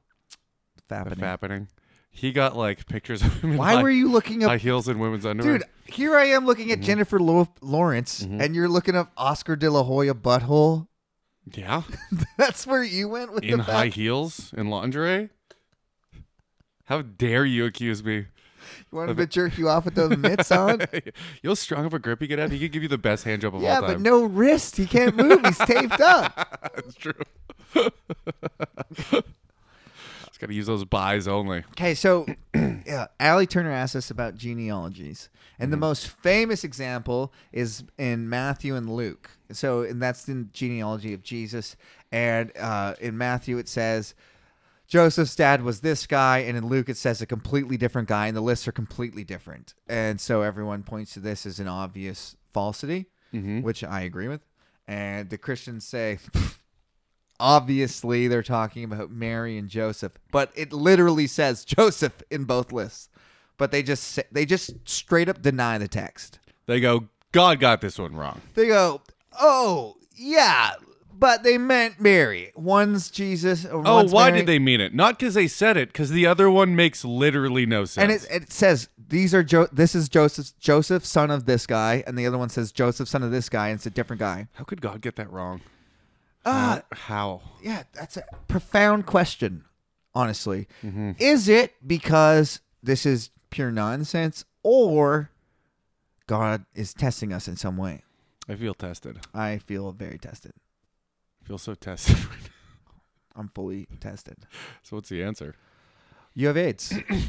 Speaker 1: Fappening.
Speaker 2: Fappening. He got like pictures of him. in
Speaker 1: Why
Speaker 2: high-
Speaker 1: were you looking
Speaker 2: high
Speaker 1: up,
Speaker 2: heels and women's underwear?
Speaker 1: dude? Here I am looking at
Speaker 2: Mm-hmm.
Speaker 1: Jennifer Lo- Lawrence, and you're looking up Oscar De La Hoya butthole. [laughs]
Speaker 2: yeah,
Speaker 1: That's where you went with
Speaker 2: in
Speaker 1: the
Speaker 2: high
Speaker 1: fact.
Speaker 2: heels and lingerie. How dare you accuse
Speaker 1: [laughs]
Speaker 2: me?
Speaker 1: You wanted to jerk you off with those mitts on.
Speaker 2: [laughs] You're strong of a grip you get out. He could give you the best hand job of
Speaker 1: Yeah,
Speaker 2: all
Speaker 1: but
Speaker 2: time.
Speaker 1: no wrist. He can't move. He's taped up.
Speaker 2: that's true. [laughs] Just gotta use those buys only.
Speaker 1: Okay, so [clears throat] yeah, Allie Turner asked us about genealogies, and the most famous example is in Matthew and Luke. So, and that's the genealogy of Jesus. And uh, in Matthew, it says Joseph's dad was this guy, and in Luke, it says a completely different guy, and the lists are completely different. And so everyone points to this as an obvious falsity, which I agree with. And the Christians say, [laughs] obviously they're talking about Mary and Joseph, but it literally says Joseph in both lists. But they just say, they just straight up deny the text.
Speaker 2: They go, God got this one wrong.
Speaker 1: They go, "Oh, yeah, but they meant Mary. One's Jesus. or
Speaker 2: Oh,
Speaker 1: one's
Speaker 2: why
Speaker 1: Mary."
Speaker 2: did they mean it? Not because they said it, because the other one makes literally no sense.
Speaker 1: And it, it says these are jo- this is Joseph Joseph son of this guy, and the other one says Joseph son of this guy, and it's a different guy.
Speaker 2: how could God get that wrong? Ah.
Speaker 1: Uh,
Speaker 2: how?
Speaker 1: yeah, that's a profound question, honestly. Mm-hmm. Is it because this is pure nonsense or God is testing us in some way?
Speaker 2: I feel tested.
Speaker 1: I feel very tested.
Speaker 2: I feel so tested. [laughs]
Speaker 1: I'm fully tested.
Speaker 2: so what's the answer? [laughs]
Speaker 1: You have AIDS.
Speaker 2: I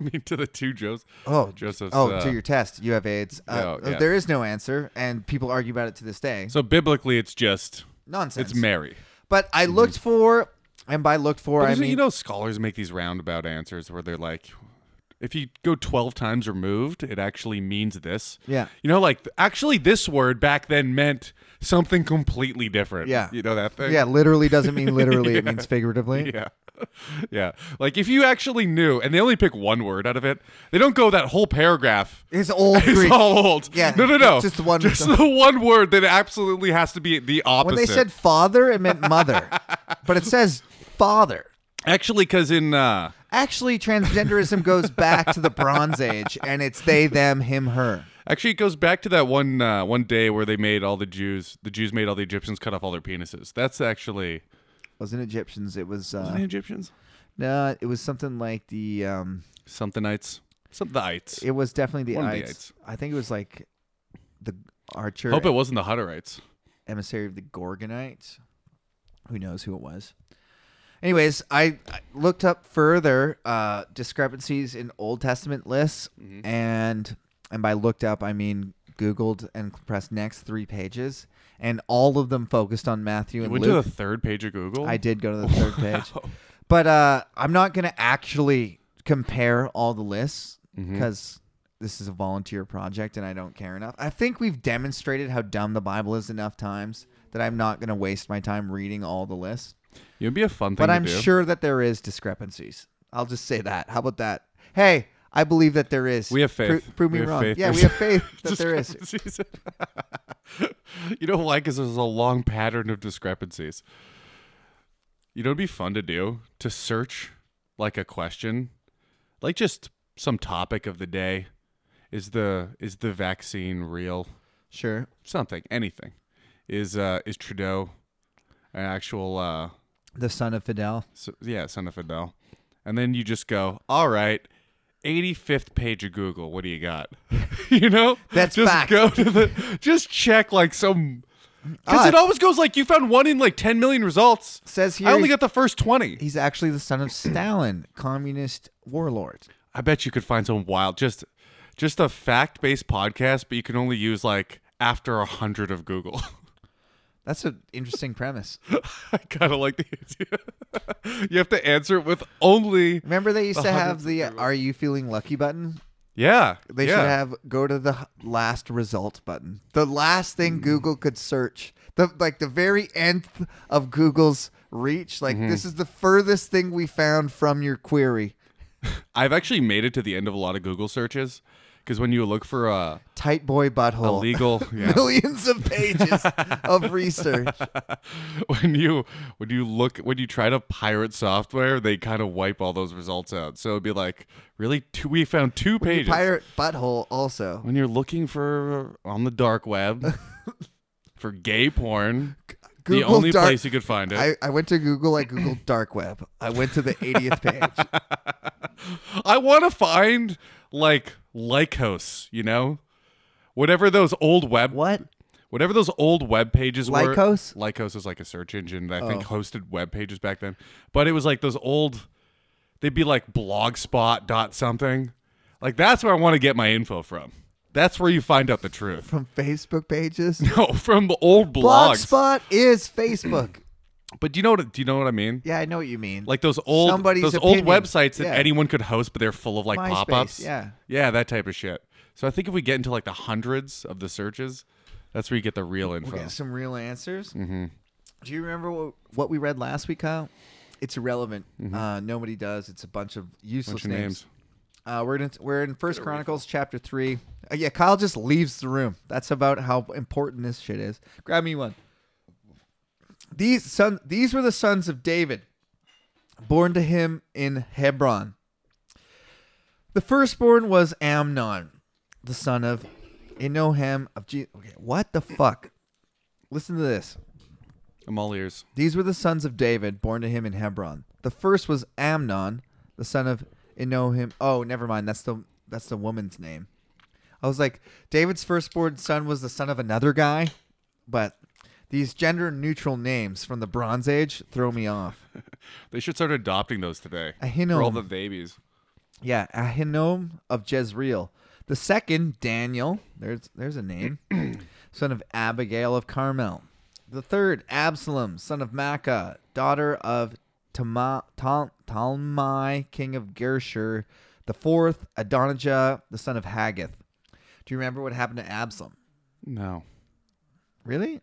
Speaker 2: mean, to the two Joes.
Speaker 1: [coughs]
Speaker 2: [coughs]
Speaker 1: Oh,
Speaker 2: Joseph's.
Speaker 1: oh,
Speaker 2: uh,
Speaker 1: to your test, you have AIDS. Uh,
Speaker 2: oh, yeah.
Speaker 1: There is no answer, and people argue about it to this day.
Speaker 2: So biblically, it's just
Speaker 1: Nonsense.
Speaker 2: it's Mary.
Speaker 1: but I looked for, and by looked for,
Speaker 2: But
Speaker 1: I
Speaker 2: isn't-
Speaker 1: mean,
Speaker 2: you know, scholars make these roundabout answers where they're like, if you go twelve times removed, it actually means this.
Speaker 1: Yeah.
Speaker 2: You know, like actually, this word back then meant something completely different.
Speaker 1: Yeah.
Speaker 2: You know that thing.
Speaker 1: yeah, literally doesn't mean literally, it means figuratively.
Speaker 2: [laughs] Yeah. [laughs] Yeah. Like if you actually knew and they only pick one word out of it, they don't go that whole paragraph.
Speaker 1: It's old
Speaker 2: It's
Speaker 1: Greek.
Speaker 2: all old.
Speaker 1: Yeah,
Speaker 2: No, no, no.
Speaker 1: just one-
Speaker 2: Just [laughs] the one word that absolutely has to be the opposite.
Speaker 1: When they said father,
Speaker 2: [laughs]
Speaker 1: it meant mother, but it says father.
Speaker 2: actually cuz in uh
Speaker 1: Actually, transgenderism goes back to the Bronze Age, and it's they, them, him, her.
Speaker 2: actually it goes back to that one uh, one day where they made all the Jews, the Jews made all the Egyptians cut off all their penises. That's actually
Speaker 1: Wasn't Egyptians? It was
Speaker 2: Are they
Speaker 1: uh,
Speaker 2: Egyptians?
Speaker 1: no, it was something like the. Um,
Speaker 2: Somethingites. Some the ites.
Speaker 1: it was definitely the
Speaker 2: One of the
Speaker 1: Ites.
Speaker 2: Ites.
Speaker 1: I think it was like the archer
Speaker 2: Hope it wasn't the Hutterites.
Speaker 1: emissary of the Gorgonites. Who knows who it was? Anyways, I, I looked up further uh, discrepancies in Old Testament lists,
Speaker 2: Mm-hmm.
Speaker 1: and and by looked up I mean Googled and pressed next three pages, and all of them focused on Matthew and
Speaker 2: Went
Speaker 1: Luke.
Speaker 2: to the third page of Google.
Speaker 1: I did
Speaker 2: [laughs]
Speaker 1: go to the third page.
Speaker 2: Mm-hmm.
Speaker 1: But uh, I'm not going to actually compare all the lists because this is a volunteer project and I don't care enough. I think we've demonstrated how dumb the Bible is enough times that I'm not going to waste my time reading all the lists.
Speaker 2: It would be a fun thing
Speaker 1: But
Speaker 2: to
Speaker 1: I'm
Speaker 2: do.
Speaker 1: sure that there is discrepancies. I'll just say that. How about that? Hey, I believe that there is.
Speaker 2: We have faith.
Speaker 1: Pro- prove me
Speaker 2: We have
Speaker 1: wrong.
Speaker 2: faith. [laughs]
Speaker 1: Yeah, we
Speaker 2: There's-
Speaker 1: have faith that there is.
Speaker 2: Discrepancies. [laughs] you know why? Because there's a long pattern of discrepancies. You know, it'd be fun to do to search like a question, like just some topic of the day. Is the is the vaccine real?
Speaker 1: Sure.
Speaker 2: Something, anything. Is uh is Trudeau an actual uh
Speaker 1: The son of Fidel.
Speaker 2: so, yeah, son of Fidel. And then you just go, all right, 85th page of Google. What do you got? [laughs] you know,
Speaker 1: That's
Speaker 2: just
Speaker 1: fact.
Speaker 2: go to the just check like some because it
Speaker 1: Ah.
Speaker 2: always goes like you found one in like 10 million results.
Speaker 1: Says here
Speaker 2: I only
Speaker 1: he's-
Speaker 2: got the first 20.
Speaker 1: He's actually the son of Stalin, [clears throat] communist warlord.
Speaker 2: I bet you could find some wild just just a fact based podcast, but you can only use like after a hundred of Google. [laughs]
Speaker 1: That's an interesting premise.
Speaker 2: I kind of like the idea. [laughs] you have to answer it with only
Speaker 1: Remember they used
Speaker 2: The
Speaker 1: to
Speaker 2: hundreds
Speaker 1: have
Speaker 2: of
Speaker 1: the
Speaker 2: people.
Speaker 1: "Are you feeling lucky?" button.
Speaker 2: yeah.
Speaker 1: They
Speaker 2: yeah.
Speaker 1: should have go to the h- last result button. The last thing
Speaker 2: Mm.
Speaker 1: Google could search. The like the very nth of Google's reach. Like
Speaker 2: Mm-hmm.
Speaker 1: this is the furthest thing we found from your query.
Speaker 2: I've actually made it to the end of a lot of Google searches because when you look for a,
Speaker 1: Tight boy
Speaker 2: a
Speaker 1: butthole. [laughs]
Speaker 2: legal, yeah,
Speaker 1: Millions
Speaker 2: [laughs]
Speaker 1: of pages of research.
Speaker 2: when you when you look when you try to pirate software, they kind of wipe all those results out. So it'd be like, really, two, we found two pages.
Speaker 1: Pirate butthole also.
Speaker 2: when you're looking for uh, on the dark
Speaker 1: [laughs]
Speaker 2: web for gay porn, the
Speaker 1: Google
Speaker 2: only
Speaker 1: dark-
Speaker 2: place you could find it.
Speaker 1: I, I went to Google, I Googled dark web. I went to the 80th
Speaker 2: [laughs]
Speaker 1: page.
Speaker 2: I want to find like Lycos, you know, whatever those old web
Speaker 1: What?
Speaker 2: Whatever those old web pages were.
Speaker 1: Lycos? Oh.
Speaker 2: Lycos is like a search engine that I think hosted web pages back then. But it was like those old they'd be like blogspot dot something. Like that's where I want to get my info from. That's where you find out the truth. [laughs]
Speaker 1: From Facebook pages?
Speaker 2: No, from the old blogs.
Speaker 1: Blogspot is Facebook. [clears throat]
Speaker 2: But do you know what do you know what I mean?
Speaker 1: Yeah, I know what you mean.
Speaker 2: Like those old
Speaker 1: Somebody's
Speaker 2: those old
Speaker 1: opinion.
Speaker 2: websites that
Speaker 1: Yeah.
Speaker 2: anyone could host, but they're full of like
Speaker 1: MySpace,
Speaker 2: pop ups.
Speaker 1: yeah.
Speaker 2: Yeah, that type of shit. So I think if we get into like the hundreds of the searches, that's where you get the real info.
Speaker 1: We'll get some real answers.
Speaker 2: Mm-hmm.
Speaker 1: Do you remember what, what we read last week, Kyle? It's irrelevant. Uh, nobody does. It's a bunch of useless
Speaker 2: Mm-hmm. Bunch of
Speaker 1: names. Uh, we're in we're in First Chronicles chapter three. Uh, yeah, Kyle just leaves the room. That's about how important this shit is. Grab me one. These son these were the sons of David, born to him in Hebron. The firstborn was Amnon, the son of Inoham of Je- okay, What the fuck? Listen to this.
Speaker 2: I'm all ears.
Speaker 1: These were the sons of David, born to him in Hebron. The first was Amnon, the son of Inohim. Oh, never mind. That's the that's the woman's name. I was like, David's firstborn son was the son of another guy, but these gender neutral names from the Bronze Age throw me off.
Speaker 2: They should start adopting those today.
Speaker 1: Ahinom.
Speaker 2: For all the babies.
Speaker 1: Yeah, Ahinom of Jezreel. The second, Daniel. There's there's a name. son of Abigail of Carmel. The third, Absalom, son of Makkah, daughter of Tama, Tal, Talmai, king of Gershur. The fourth, Adonijah, the son of Haggith. Do you remember what happened to Absalom?
Speaker 2: No.
Speaker 1: Really?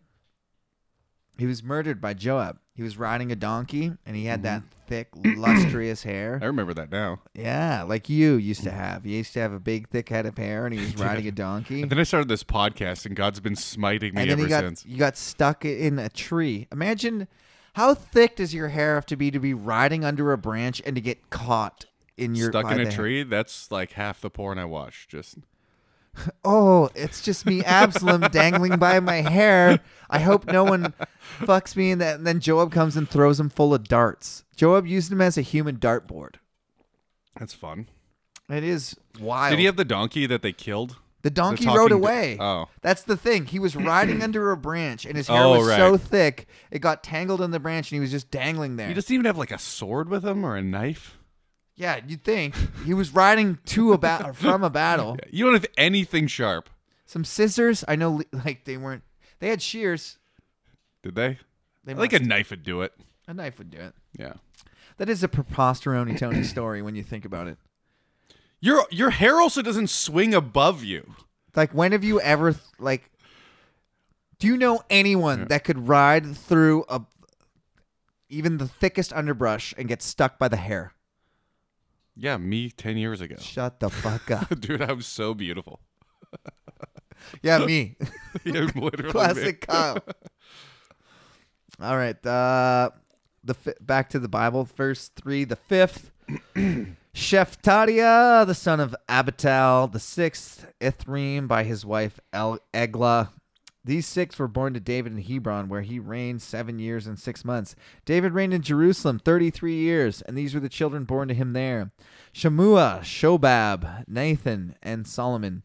Speaker 1: He was murdered by Joab. He was riding a donkey, and he had that thick, lustrous hair.
Speaker 2: I remember that now.
Speaker 1: Yeah, like you used to
Speaker 2: Mm.
Speaker 1: have. You used to have a big, thick head of
Speaker 2: [laughs]
Speaker 1: hair, and he was riding a donkey.
Speaker 2: And then I started this podcast, and God's been smiting me
Speaker 1: and then
Speaker 2: ever
Speaker 1: he got
Speaker 2: since.
Speaker 1: you got stuck i- in a tree. Imagine how thick does your hair have to be to be riding under a branch and to get caught in your
Speaker 2: Stuck
Speaker 1: by
Speaker 2: in
Speaker 1: the
Speaker 2: a
Speaker 1: hair?
Speaker 2: tree? That's like half the porn I watch. Just
Speaker 1: Oh,
Speaker 2: [laughs]
Speaker 1: it's just me, Absalom, dangling by my hair. I hope no one fucks me in that. And then Joab comes and throws him full of darts. Joab used him as a human dartboard.
Speaker 2: that's fun.
Speaker 1: It is wild.
Speaker 2: Did he have the donkey that they killed?
Speaker 1: The donkey
Speaker 2: talking
Speaker 1: rode
Speaker 2: d-
Speaker 1: away.
Speaker 2: oh.
Speaker 1: That's the thing. He was riding under a branch and his hair
Speaker 2: Oh,
Speaker 1: was
Speaker 2: right.
Speaker 1: so thick it got tangled in the branch and he was just dangling there.
Speaker 2: He doesn't even have like a sword with him or a knife.
Speaker 1: yeah, you'd think he was riding to a ba- [laughs] or from
Speaker 2: [laughs]
Speaker 1: a battle.
Speaker 2: You don't have anything sharp,
Speaker 1: Some scissors. I know le- like they weren't they had shears.
Speaker 2: did they?
Speaker 1: They
Speaker 2: I think a
Speaker 1: must-
Speaker 2: knife would do it.
Speaker 1: a knife would do it.
Speaker 2: Yeah. [coughs]
Speaker 1: That is a preposterone Tony story when you think about it.
Speaker 2: Your your hair also doesn't swing above you.
Speaker 1: Like, when have you ever th- like? Do you know anyone that could ride through a even the thickest underbrush and get stuck by the hair?
Speaker 2: Yeah, me ten years ago,
Speaker 1: Shut the fuck
Speaker 2: [laughs]
Speaker 1: up. [laughs]
Speaker 2: dude. I was so beautiful. [laughs]
Speaker 1: Yeah, me, [laughs]
Speaker 2: Yeah, literally, man.
Speaker 1: classic Kyle. All right, uh, the fi- back to the Bible, verse three, the fifth. Shephatiah, the son of Abital, the sixth, Ithream by his wife El- Eglah. These six were born to David in Hebron, where he reigned seven years and six months. David reigned in Jerusalem 33 years, and these were the children born to him there Shemua, Shobab, Nathan, and Solomon.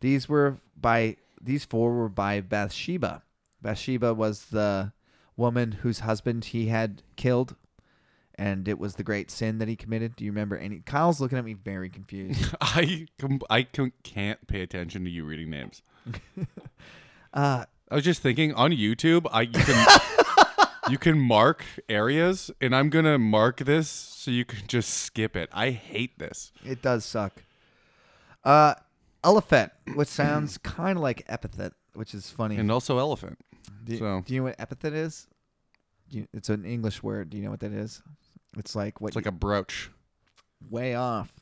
Speaker 1: These were by these four were by Bathsheba. Bathsheba was the woman whose husband he had killed, and it was the great sin that he committed. Do you remember any? Kyle's looking at me very confused.
Speaker 2: [laughs] I com- I com- can't pay attention to you reading names.
Speaker 1: [laughs] Uh,
Speaker 2: I was just thinking on YouTube, I you
Speaker 1: [laughs]
Speaker 2: can you can mark areas, and I'm gonna mark this so you can just skip it. I hate this.
Speaker 1: It does suck. Uh, elephant,
Speaker 2: [clears throat]
Speaker 1: which sounds kind of like epithet, which is funny.
Speaker 2: And also elephant.
Speaker 1: do,
Speaker 2: so-
Speaker 1: do you know what epithet is? Do you- it's an English word. Do you know what that is? It's like what?
Speaker 2: It's like a brooch.
Speaker 1: you- way off.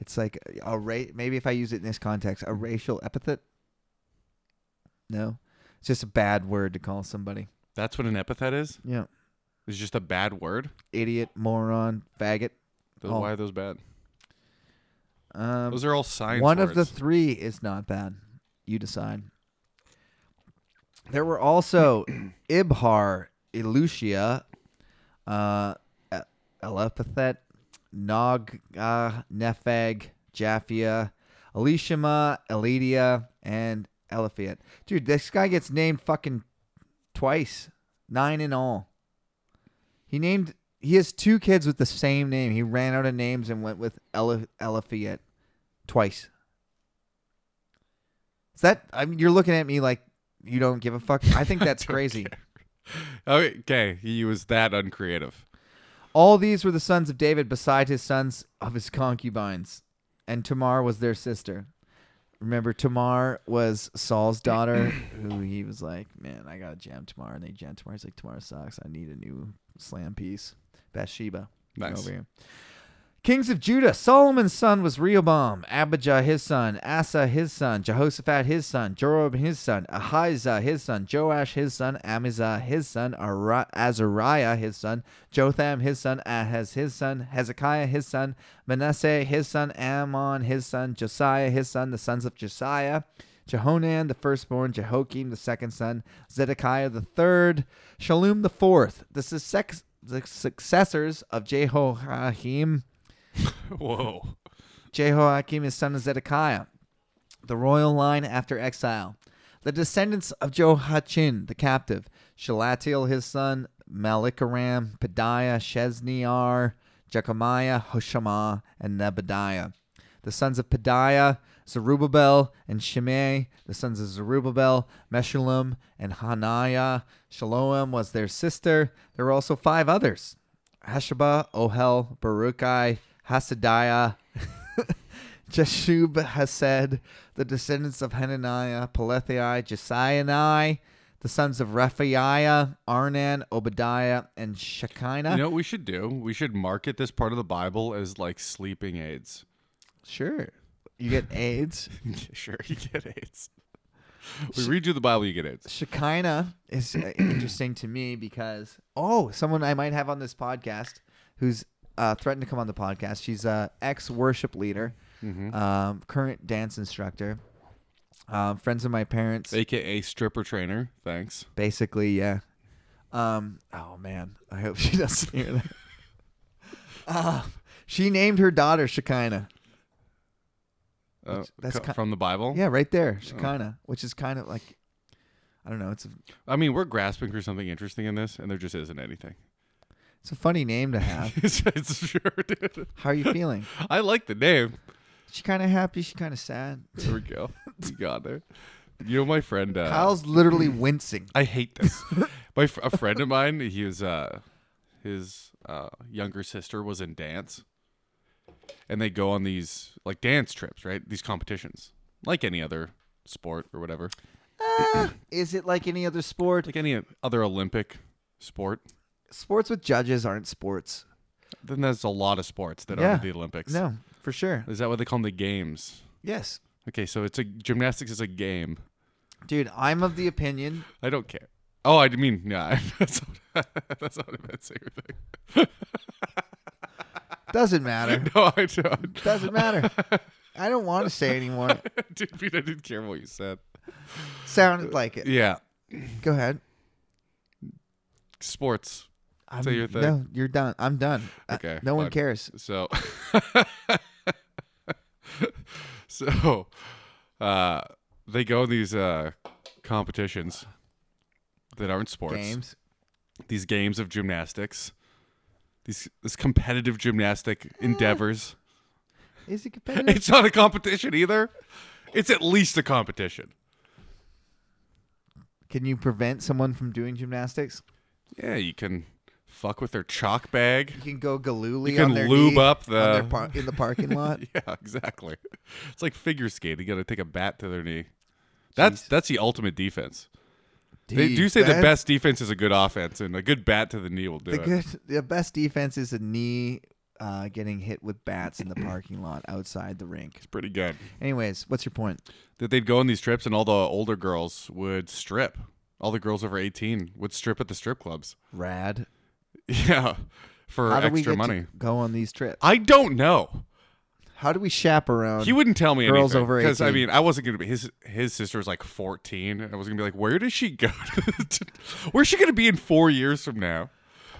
Speaker 1: It's like a ra- Maybe if I use it in this context, a racial epithet. No, it's just a bad word to call somebody.
Speaker 2: That's what an epithet is.
Speaker 1: Yeah,
Speaker 2: It's just a bad word.
Speaker 1: idiot, moron, faggot.
Speaker 2: Those,
Speaker 1: Oh.
Speaker 2: Why are those bad?
Speaker 1: Um,
Speaker 2: Those are all science.
Speaker 1: One
Speaker 2: words.
Speaker 1: of the three is not bad. You decide. There were also Ibhar, Elutia, uh, E- Elipathet, Nog, uh, Nepheg, Japhia, Elishama, Elidia, and Eliphiat. Dude, this guy gets named fucking twice. Nine in all. He named. He has two kids with the same name. He ran out of names and went with Eli- Eliphiat twice. Is that I mean you're looking at me like you don't give a fuck? I think that's crazy.
Speaker 2: Oh, Okay, he was that uncreative.
Speaker 1: All these were the sons of David beside his sons of his concubines, and Tamar was their sister. Remember Tamar was Saul's daughter who he was like, "Man, I got to jam Tamar." And they jammed Tamar. He's like, "Tamar sucks. I need a new slam piece." Bathsheba.
Speaker 2: Nice.
Speaker 1: Over here. Kings of Judah, Solomon's son was Rehoboam, Abijah his son, Asa his son, Jehoshaphat his son, Joram his son, Ahijah his son, Joash his son, Amizah his son, Ara- Azariah his son, Jotham his son, Ahaz his son, Hezekiah his son, Manasseh his son, Ammon his son, Josiah his son, the sons of Josiah, Jehonan the firstborn, Jehoiakim the second son, Zedekiah the third, Shalom the fourth. This is sex- the successors of Jehoiakim.
Speaker 2: [laughs] Whoa.
Speaker 1: Jehoiakim, his son of Zedekiah, the royal line after exile, the descendants of Jehoiachin, the captive, Shalatiel, his son, Malikaram, Padiah, Shezniar, Jechamiah, Hoshama, and Nebadiah. The sons of Padiah, Zerubbabel, and Shimei, the sons of Zerubbabel, Meshullam, and Hananiah. Shalom was their sister. There were also five others. Hashabah, Ohel, Baruchai, Hasadiah, [laughs] Jeshub Hased, the descendants of Hananiah, Pelethai, Jesianai, the sons of Rephaiah, Arnan, Obadiah, and Shekinah.
Speaker 2: You know what we should do? We should market this part of the Bible as like sleeping aids.
Speaker 1: Sure. You get AIDS.
Speaker 2: sure, you get AIDS. We read you the Bible, you get AIDS.
Speaker 1: Shekinah is
Speaker 2: [clears throat]
Speaker 1: uh, interesting to me because oh, someone I might have on this podcast who's uh, threatened to come on the podcast. She's a ex worship leader,
Speaker 2: Mm-hmm.
Speaker 1: um, current dance instructor, um, friends of my parents.
Speaker 2: AKA stripper trainer. Thanks.
Speaker 1: Basically, yeah. Um, oh man, I hope she [laughs] doesn't hear that. Uh, she named her daughter Shekinah.
Speaker 2: Uh,
Speaker 1: that's
Speaker 2: co-
Speaker 1: ki-
Speaker 2: from the Bible.
Speaker 1: Yeah, right there, Shekinah, which is kind of like, I don't know, it's a,
Speaker 2: I mean, we're grasping for something interesting in this, and there just isn't anything. [laughs]
Speaker 1: it's a funny name to have.
Speaker 2: it's, it's sure, dude.
Speaker 1: How are you feeling?
Speaker 2: I like the name.
Speaker 1: She kind of happy. She kind of sad.
Speaker 2: There we go. [laughs] You got there. You know, my friend. Uh,
Speaker 1: Kyle's literally wincing.
Speaker 2: I hate this. [laughs] My fr- a friend of mine, he was uh, his uh, younger sister was in dance, and they go on these like dance trips, right? These competitions, like any other sport or whatever,
Speaker 1: Is it like any other sport?
Speaker 2: like any other Olympic sport.
Speaker 1: Sports with judges aren't sports.
Speaker 2: Then there's a lot of sports that
Speaker 1: Yeah.
Speaker 2: aren't the Olympics.
Speaker 1: No, for sure.
Speaker 2: Is that what they call them? The games.
Speaker 1: Yes.
Speaker 2: Okay, so it's a gymnastics is a game.
Speaker 1: Dude, I'm of the opinion.
Speaker 2: I don't care. Oh, I mean, yeah, [laughs] that's what, that's what I meant. Same thing. [laughs]
Speaker 1: Doesn't matter.
Speaker 2: [laughs] No, I don't.
Speaker 1: Doesn't matter. I don't want to say anymore.
Speaker 2: Dude, Pete, I didn't care what you said. Uh,
Speaker 1: Sounded like it.
Speaker 2: Yeah,
Speaker 1: Go ahead.
Speaker 2: sports.
Speaker 1: I'm,
Speaker 2: Say your thing.
Speaker 1: No, you're done. I'm done. Uh,
Speaker 2: Okay,
Speaker 1: no one
Speaker 2: fine.
Speaker 1: cares.
Speaker 2: So, [laughs] so uh, they go in these uh, competitions that aren't sports.
Speaker 1: Games.
Speaker 2: These games of gymnastics. These this competitive
Speaker 1: Eh.
Speaker 2: gymnastic
Speaker 1: [laughs]
Speaker 2: endeavors. [laughs]
Speaker 1: Is it competitive?
Speaker 2: It's not a competition either. It's at least a competition.
Speaker 1: Can you prevent someone from doing gymnastics?
Speaker 2: Yeah, you can fuck with their chalk bag.
Speaker 1: You can go galooly
Speaker 2: You can
Speaker 1: on their
Speaker 2: lube
Speaker 1: knee
Speaker 2: up
Speaker 1: on their
Speaker 2: the-
Speaker 1: par- in
Speaker 2: [laughs]
Speaker 1: the parking lot.
Speaker 2: Yeah, exactly. It's like figure skating. You got to take a bat to their knee. That's
Speaker 1: Jeez.
Speaker 2: that's the ultimate defense. they do
Speaker 1: Jeez,
Speaker 2: say the
Speaker 1: that's-
Speaker 2: best defense is a good offense, and a good bat to the knee will do
Speaker 1: The
Speaker 2: it.
Speaker 1: good, the best defense is a knee uh, getting hit with bats in the parking lot outside the rink.
Speaker 2: It's pretty good.
Speaker 1: Anyways, what's your point?
Speaker 2: That they'd go on these trips, and all the older girls would strip. All the girls over eighteen would strip at the strip clubs. [laughs]
Speaker 1: Rad.
Speaker 2: Yeah, for
Speaker 1: How do we
Speaker 2: extra
Speaker 1: get
Speaker 2: money.
Speaker 1: to go on these trips?
Speaker 2: I don't know.
Speaker 1: How do we chaperone?
Speaker 2: He wouldn't tell me
Speaker 1: Um, Girls
Speaker 2: anything,
Speaker 1: over
Speaker 2: I
Speaker 1: 18.
Speaker 2: mean I wasn't gonna be his his sister was like fourteen. and I was gonna be like, where does she go? [laughs] to- Where's she gonna be in four years from now?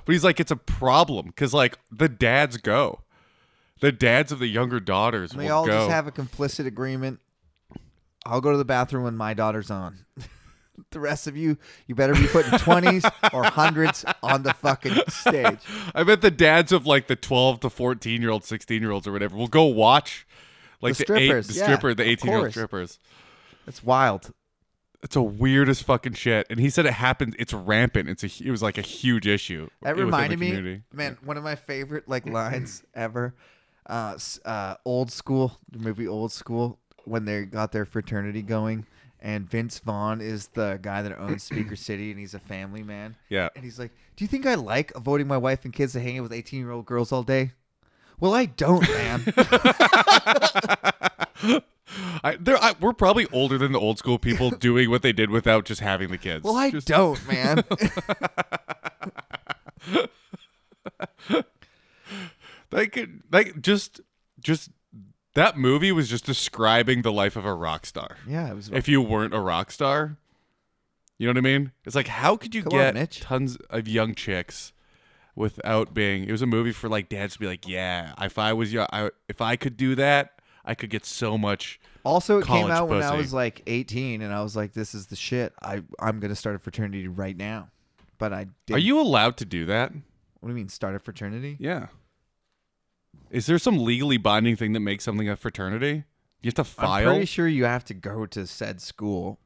Speaker 2: But he's like, it's a problem because like the dads go, the dads of the younger daughters
Speaker 1: they
Speaker 2: will
Speaker 1: all
Speaker 2: go.
Speaker 1: just have a complicit agreement. I'll go to the bathroom when my daughter's on. [laughs] the rest of you, you better be putting twenties or hundreds on the fucking stage.
Speaker 2: I bet the dads of like the twelve to fourteen year olds, sixteen year olds, or whatever will go watch like
Speaker 1: The
Speaker 2: the, eight-
Speaker 1: strippers,
Speaker 2: the
Speaker 1: yeah,
Speaker 2: stripper, the
Speaker 1: of
Speaker 2: eighteen year old
Speaker 1: course.
Speaker 2: strippers.
Speaker 1: It's wild.
Speaker 2: It's the weirdest fucking shit. And he said it happened. It's rampant. It's a. It was like a huge issue.
Speaker 1: That
Speaker 2: within the
Speaker 1: reminded me,
Speaker 2: community.
Speaker 1: man, one of my favorite
Speaker 2: [clears throat]
Speaker 1: like lines ever. Uh, s- uh, old school the movie, old school when they got their fraternity going, and Vince Vaughn is the guy that
Speaker 2: [clears throat]
Speaker 1: owns Speaker City, and he's a family man.
Speaker 2: Yeah.
Speaker 1: and he's like, "Do you think I like avoiding my wife and kids and hanging with eighteen-year-old girls all day?" Well, I don't,
Speaker 2: [laughs]
Speaker 1: man.
Speaker 2: I, there, I, we're probably older than the old school
Speaker 1: [laughs]
Speaker 2: people doing what they did without just having the kids.
Speaker 1: well, I
Speaker 2: Just-
Speaker 1: don't,
Speaker 2: [laughs]
Speaker 1: man. [laughs]
Speaker 2: they could, they just, just that movie was just describing the life of a rock star.
Speaker 1: yeah, it was.
Speaker 2: If you weren't a rock star, you know what I mean? It's like how could you
Speaker 1: Come on,
Speaker 2: get
Speaker 1: Mitch.
Speaker 2: tons of young chicks without being? It was a movie for like dads to be like, yeah, if I was young, I, if I could do that, I could get so much.
Speaker 1: also, it came
Speaker 2: college
Speaker 1: out when I
Speaker 2: pussy.
Speaker 1: was like eighteen, and I was like, "This is the shit." I I'm gonna start a fraternity right now, but I did.
Speaker 2: Are you allowed to do that?
Speaker 1: What do you mean, start a fraternity?
Speaker 2: Yeah. Is there some legally binding thing that makes something a fraternity? You have to
Speaker 1: I'm
Speaker 2: file.
Speaker 1: pretty sure you have to go to said school.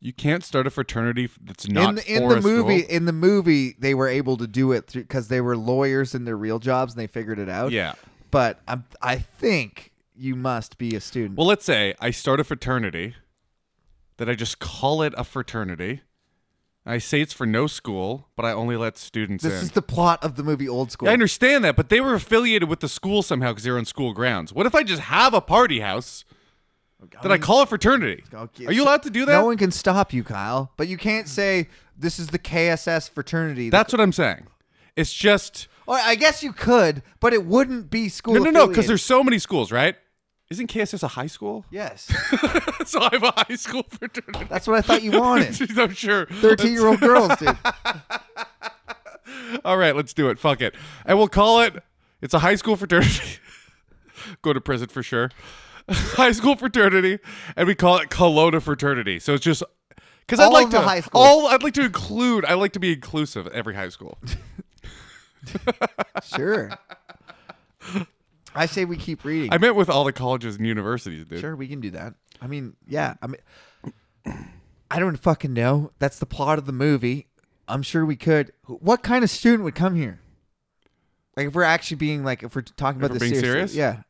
Speaker 2: you can't start a fraternity f- that's not
Speaker 1: in the, in
Speaker 2: for
Speaker 1: the
Speaker 2: a school.
Speaker 1: movie, in the movie, they were able to do it because they were lawyers in their real jobs and they figured it out.
Speaker 2: Yeah.
Speaker 1: but I'm, I think you must be a student.
Speaker 2: Well, let's say I start a fraternity, that I just call it a fraternity. I say it's for no school, but I only let students
Speaker 1: this
Speaker 2: in.
Speaker 1: is the plot of the movie Old School.
Speaker 2: I understand that, but they were affiliated with the school somehow because they were on school grounds. What if I just have a party house that I,
Speaker 1: mean-
Speaker 2: call a fraternity?
Speaker 1: Okay,
Speaker 2: Are you
Speaker 1: so
Speaker 2: allowed to do that? Mm.
Speaker 1: No one can stop you, Kyle. But you can't say this is the KSS fraternity.
Speaker 2: That's what I'm saying. It's just
Speaker 1: or I guess you could, but it wouldn't be school.
Speaker 2: No, no, no, because
Speaker 1: affiliated.
Speaker 2: there's so many schools, right? Isn't KSS a high school?
Speaker 1: yes.
Speaker 2: [laughs] so I have a high school fraternity.
Speaker 1: That's what I thought you
Speaker 2: [laughs]
Speaker 1: wanted.
Speaker 2: I'm sure. [laughs]
Speaker 1: Thirteen-year-old girls, dude.
Speaker 2: All right, let's do it. Fuck it. And we'll call it. It's a high school fraternity. [laughs] Go to prison for sure. [laughs] high school fraternity, and we call it Kelowna fraternity. So it's just because I'd
Speaker 1: All
Speaker 2: like
Speaker 1: of the
Speaker 2: to
Speaker 1: high schools.
Speaker 2: all I'd like to include. I like to be inclusive at every high school.
Speaker 1: Sure. I say we keep reading.
Speaker 2: I met with all the colleges and universities, dude.
Speaker 1: Sure, we can do that. I mean, yeah. I mean, I don't fucking know. That's the plot of the movie. I'm sure we could. What kind of student would come here? Like if we're actually being like if we're talking about
Speaker 2: we're
Speaker 1: this
Speaker 2: being serious?
Speaker 1: seriously, yeah.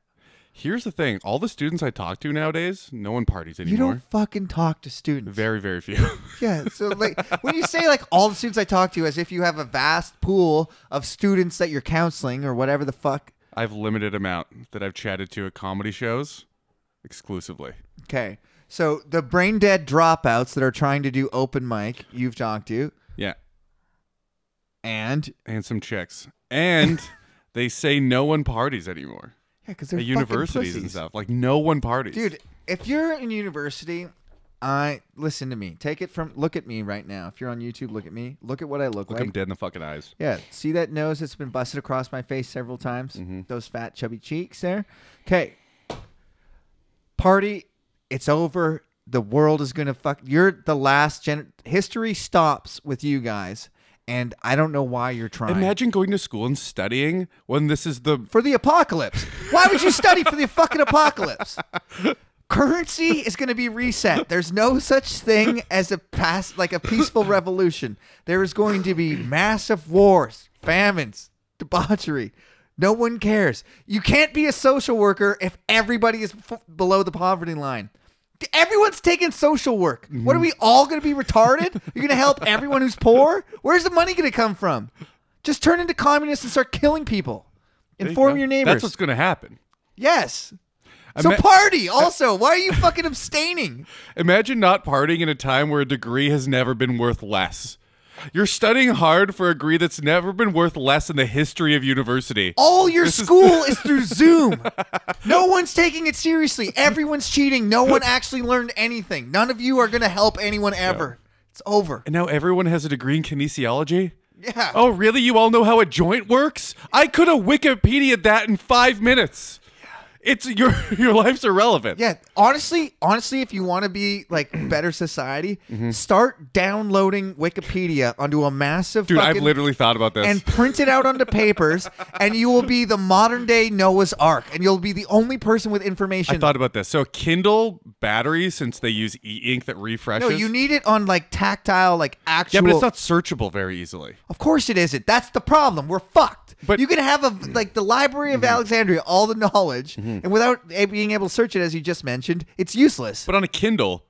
Speaker 2: Here's the thing: all the students I talk to nowadays, no one parties
Speaker 1: You
Speaker 2: anymore.
Speaker 1: don't fucking talk to students.
Speaker 2: Very, very few. [laughs]
Speaker 1: Yeah. So like when you say like all the students I talk to, as if you have a vast pool of students that you're counseling or whatever the fuck.
Speaker 2: I've limited amount that I've chatted to at comedy shows, exclusively.
Speaker 1: Okay. So the brain dead dropouts that are trying to do open mic, you've talked to,
Speaker 2: Yeah,
Speaker 1: and
Speaker 2: and some chicks,
Speaker 1: [laughs]
Speaker 2: and they say no one parties anymore
Speaker 1: yeah, because they're
Speaker 2: at
Speaker 1: fucking
Speaker 2: universities and
Speaker 1: pussies.
Speaker 2: stuff. Like no one parties,
Speaker 1: Dude, if you're in university, I listen to me. Take it from look at me right now. If you're on YouTube, look at me. Look at what I look,
Speaker 2: Look
Speaker 1: like.
Speaker 2: him dead in the fucking eyes.
Speaker 1: Yeah, see that nose that's been busted across my face several times? Those fat, chubby cheeks there. Okay. Party, it's over. The world is going to fuck. You're the last gen. History stops with you guys. And I don't know why you're trying.
Speaker 2: Imagine going to school and studying when this is the
Speaker 1: for the apocalypse. Why would you study for the fucking apocalypse? Currency is going to be reset. There's no such thing as a past, like
Speaker 2: [laughs]
Speaker 1: a peaceful revolution. There is going to be massive wars, famines, debauchery. No one cares. You can't be a social worker if everybody is f- below the poverty line. Everyone's taking social work. What
Speaker 2: Mm-hmm.
Speaker 1: are we all going to be retarded? You're going to help everyone who's poor? Where's the money going to come from? Just turn into communists and start killing people. Inform your neighbors.
Speaker 2: That's what's going to happen.
Speaker 1: Yes. so
Speaker 2: met- [laughs]
Speaker 1: party also. Why are you fucking abstaining?
Speaker 2: Imagine not partying in a time where a degree has never been worth less. You're studying hard for a degree that's never been worth less in the history of university.
Speaker 1: All your
Speaker 2: [laughs]
Speaker 1: school is through Zoom. No one's taking it seriously. Everyone's cheating. No one actually learned anything. None of you are going to help anyone ever. It's over.
Speaker 2: And now everyone has a degree in kinesiology?
Speaker 1: Yeah.
Speaker 2: Oh, really? You all know how a joint works? I could have Wikipedia that in five minutes. It's your [laughs] your life's irrelevant.
Speaker 1: Yeah, honestly, honestly, if you want to be like better society,
Speaker 2: Mm-hmm.
Speaker 1: start downloading Wikipedia onto a massive
Speaker 2: Dude,
Speaker 1: fucking
Speaker 2: I've literally thought about this.
Speaker 1: and print it out onto papers, and you will be the modern day Noah's Ark, and you'll be the only person with information.
Speaker 2: I thought about this. So Kindle batteries, since they use e-ink that refreshes.
Speaker 1: No, you need it on like tactile, like actual.
Speaker 2: yeah, but it's not searchable very easily.
Speaker 1: Of course it isn't. That's the problem. We're fucked.
Speaker 2: But- Mm-hmm.
Speaker 1: you can have a like the Library of Alexandria, all the knowledge, and without a- being able to search it, as you just mentioned, it's useless.
Speaker 2: But on a Kindle,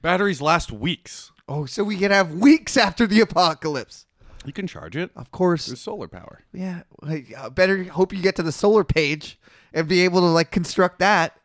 Speaker 2: batteries last weeks.
Speaker 1: oh, so we can have weeks after the apocalypse.
Speaker 2: You can charge it.
Speaker 1: Of course.
Speaker 2: There's solar power.
Speaker 1: Yeah. Like, uh, better hope you get to the solar page and be able to like construct that.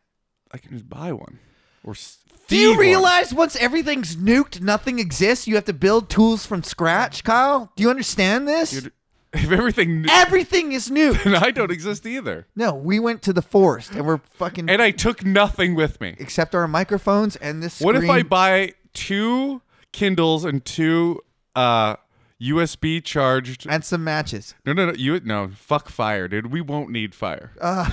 Speaker 2: I can just buy one. Or s-
Speaker 1: Do you
Speaker 2: thieve one.
Speaker 1: realize once everything's nuked, nothing exists? You have to build tools from scratch, Kyle. Do you understand this?
Speaker 2: Dude, [laughs] if everything knew,
Speaker 1: Everything is nuked.
Speaker 2: [laughs] and I don't exist either,
Speaker 1: No, we went to the forest and we're fucking
Speaker 2: and I took nothing with me.
Speaker 1: except our microphones and this.
Speaker 2: What if I
Speaker 1: screen.
Speaker 2: buy two Kindles and two uh, USB charged?
Speaker 1: and some matches?
Speaker 2: No, no, no. You no. Fuck fire, dude. We won't need fire.
Speaker 1: Uh,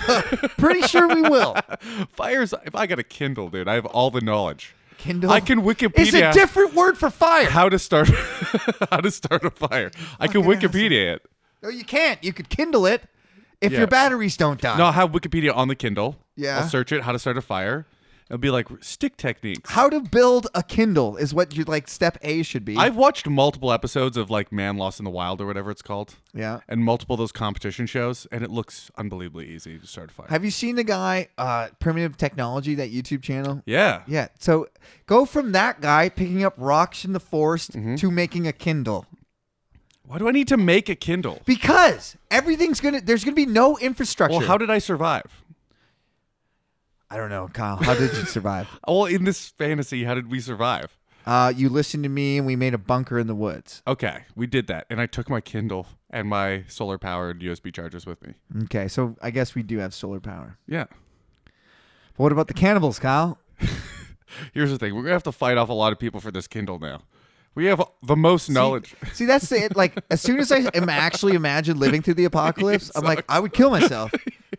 Speaker 1: Pretty sure we will.
Speaker 2: [laughs] Fire's. If I got a Kindle, dude, I have all the knowledge.
Speaker 1: Kindle.
Speaker 2: I can Wikipedia.
Speaker 1: It's a different word for fire.
Speaker 2: how to start [laughs] how to start a fire. I can
Speaker 1: Fucking
Speaker 2: Wikipedia it.
Speaker 1: No, you can't. You could Kindle it if
Speaker 2: Yeah.
Speaker 1: your batteries don't die.
Speaker 2: No, I'll have Wikipedia on the Kindle.
Speaker 1: Yeah.
Speaker 2: I'll search it, how to start a fire. It'll be like stick techniques.
Speaker 1: How to build a Kindle is what you like. Step A should be.
Speaker 2: I've watched multiple episodes of like Man Lost in the Wild or whatever it's called.
Speaker 1: Yeah.
Speaker 2: And multiple of those competition shows, and it looks unbelievably easy to start a fire.
Speaker 1: Have you seen the guy uh, Primitive Technology that YouTube channel?
Speaker 2: yeah.
Speaker 1: Yeah. So go from that guy picking up rocks in the forest
Speaker 2: Mm-hmm.
Speaker 1: to making a Kindle.
Speaker 2: Why do I need to make a Kindle?
Speaker 1: Because everything's gonna there's gonna be no infrastructure.
Speaker 2: Well, how did I survive?
Speaker 1: I don't know, Kyle. How did you survive?
Speaker 2: Well, in this fantasy, how did we survive?
Speaker 1: Uh, you listened to me, and we made a bunker in the woods.
Speaker 2: Okay, we did that, and I took my Kindle and my solar powered USB chargers with me.
Speaker 1: Okay, so I guess we do have solar power.
Speaker 2: Yeah.
Speaker 1: But what about the cannibals, Kyle?
Speaker 2: Here's the thing: we're gonna have to fight off a lot of people for this Kindle now. We have the most knowledge.
Speaker 1: [laughs] See, that's it. Like, as soon as I am actually imagine living through the apocalypse, I'm like, I would kill myself.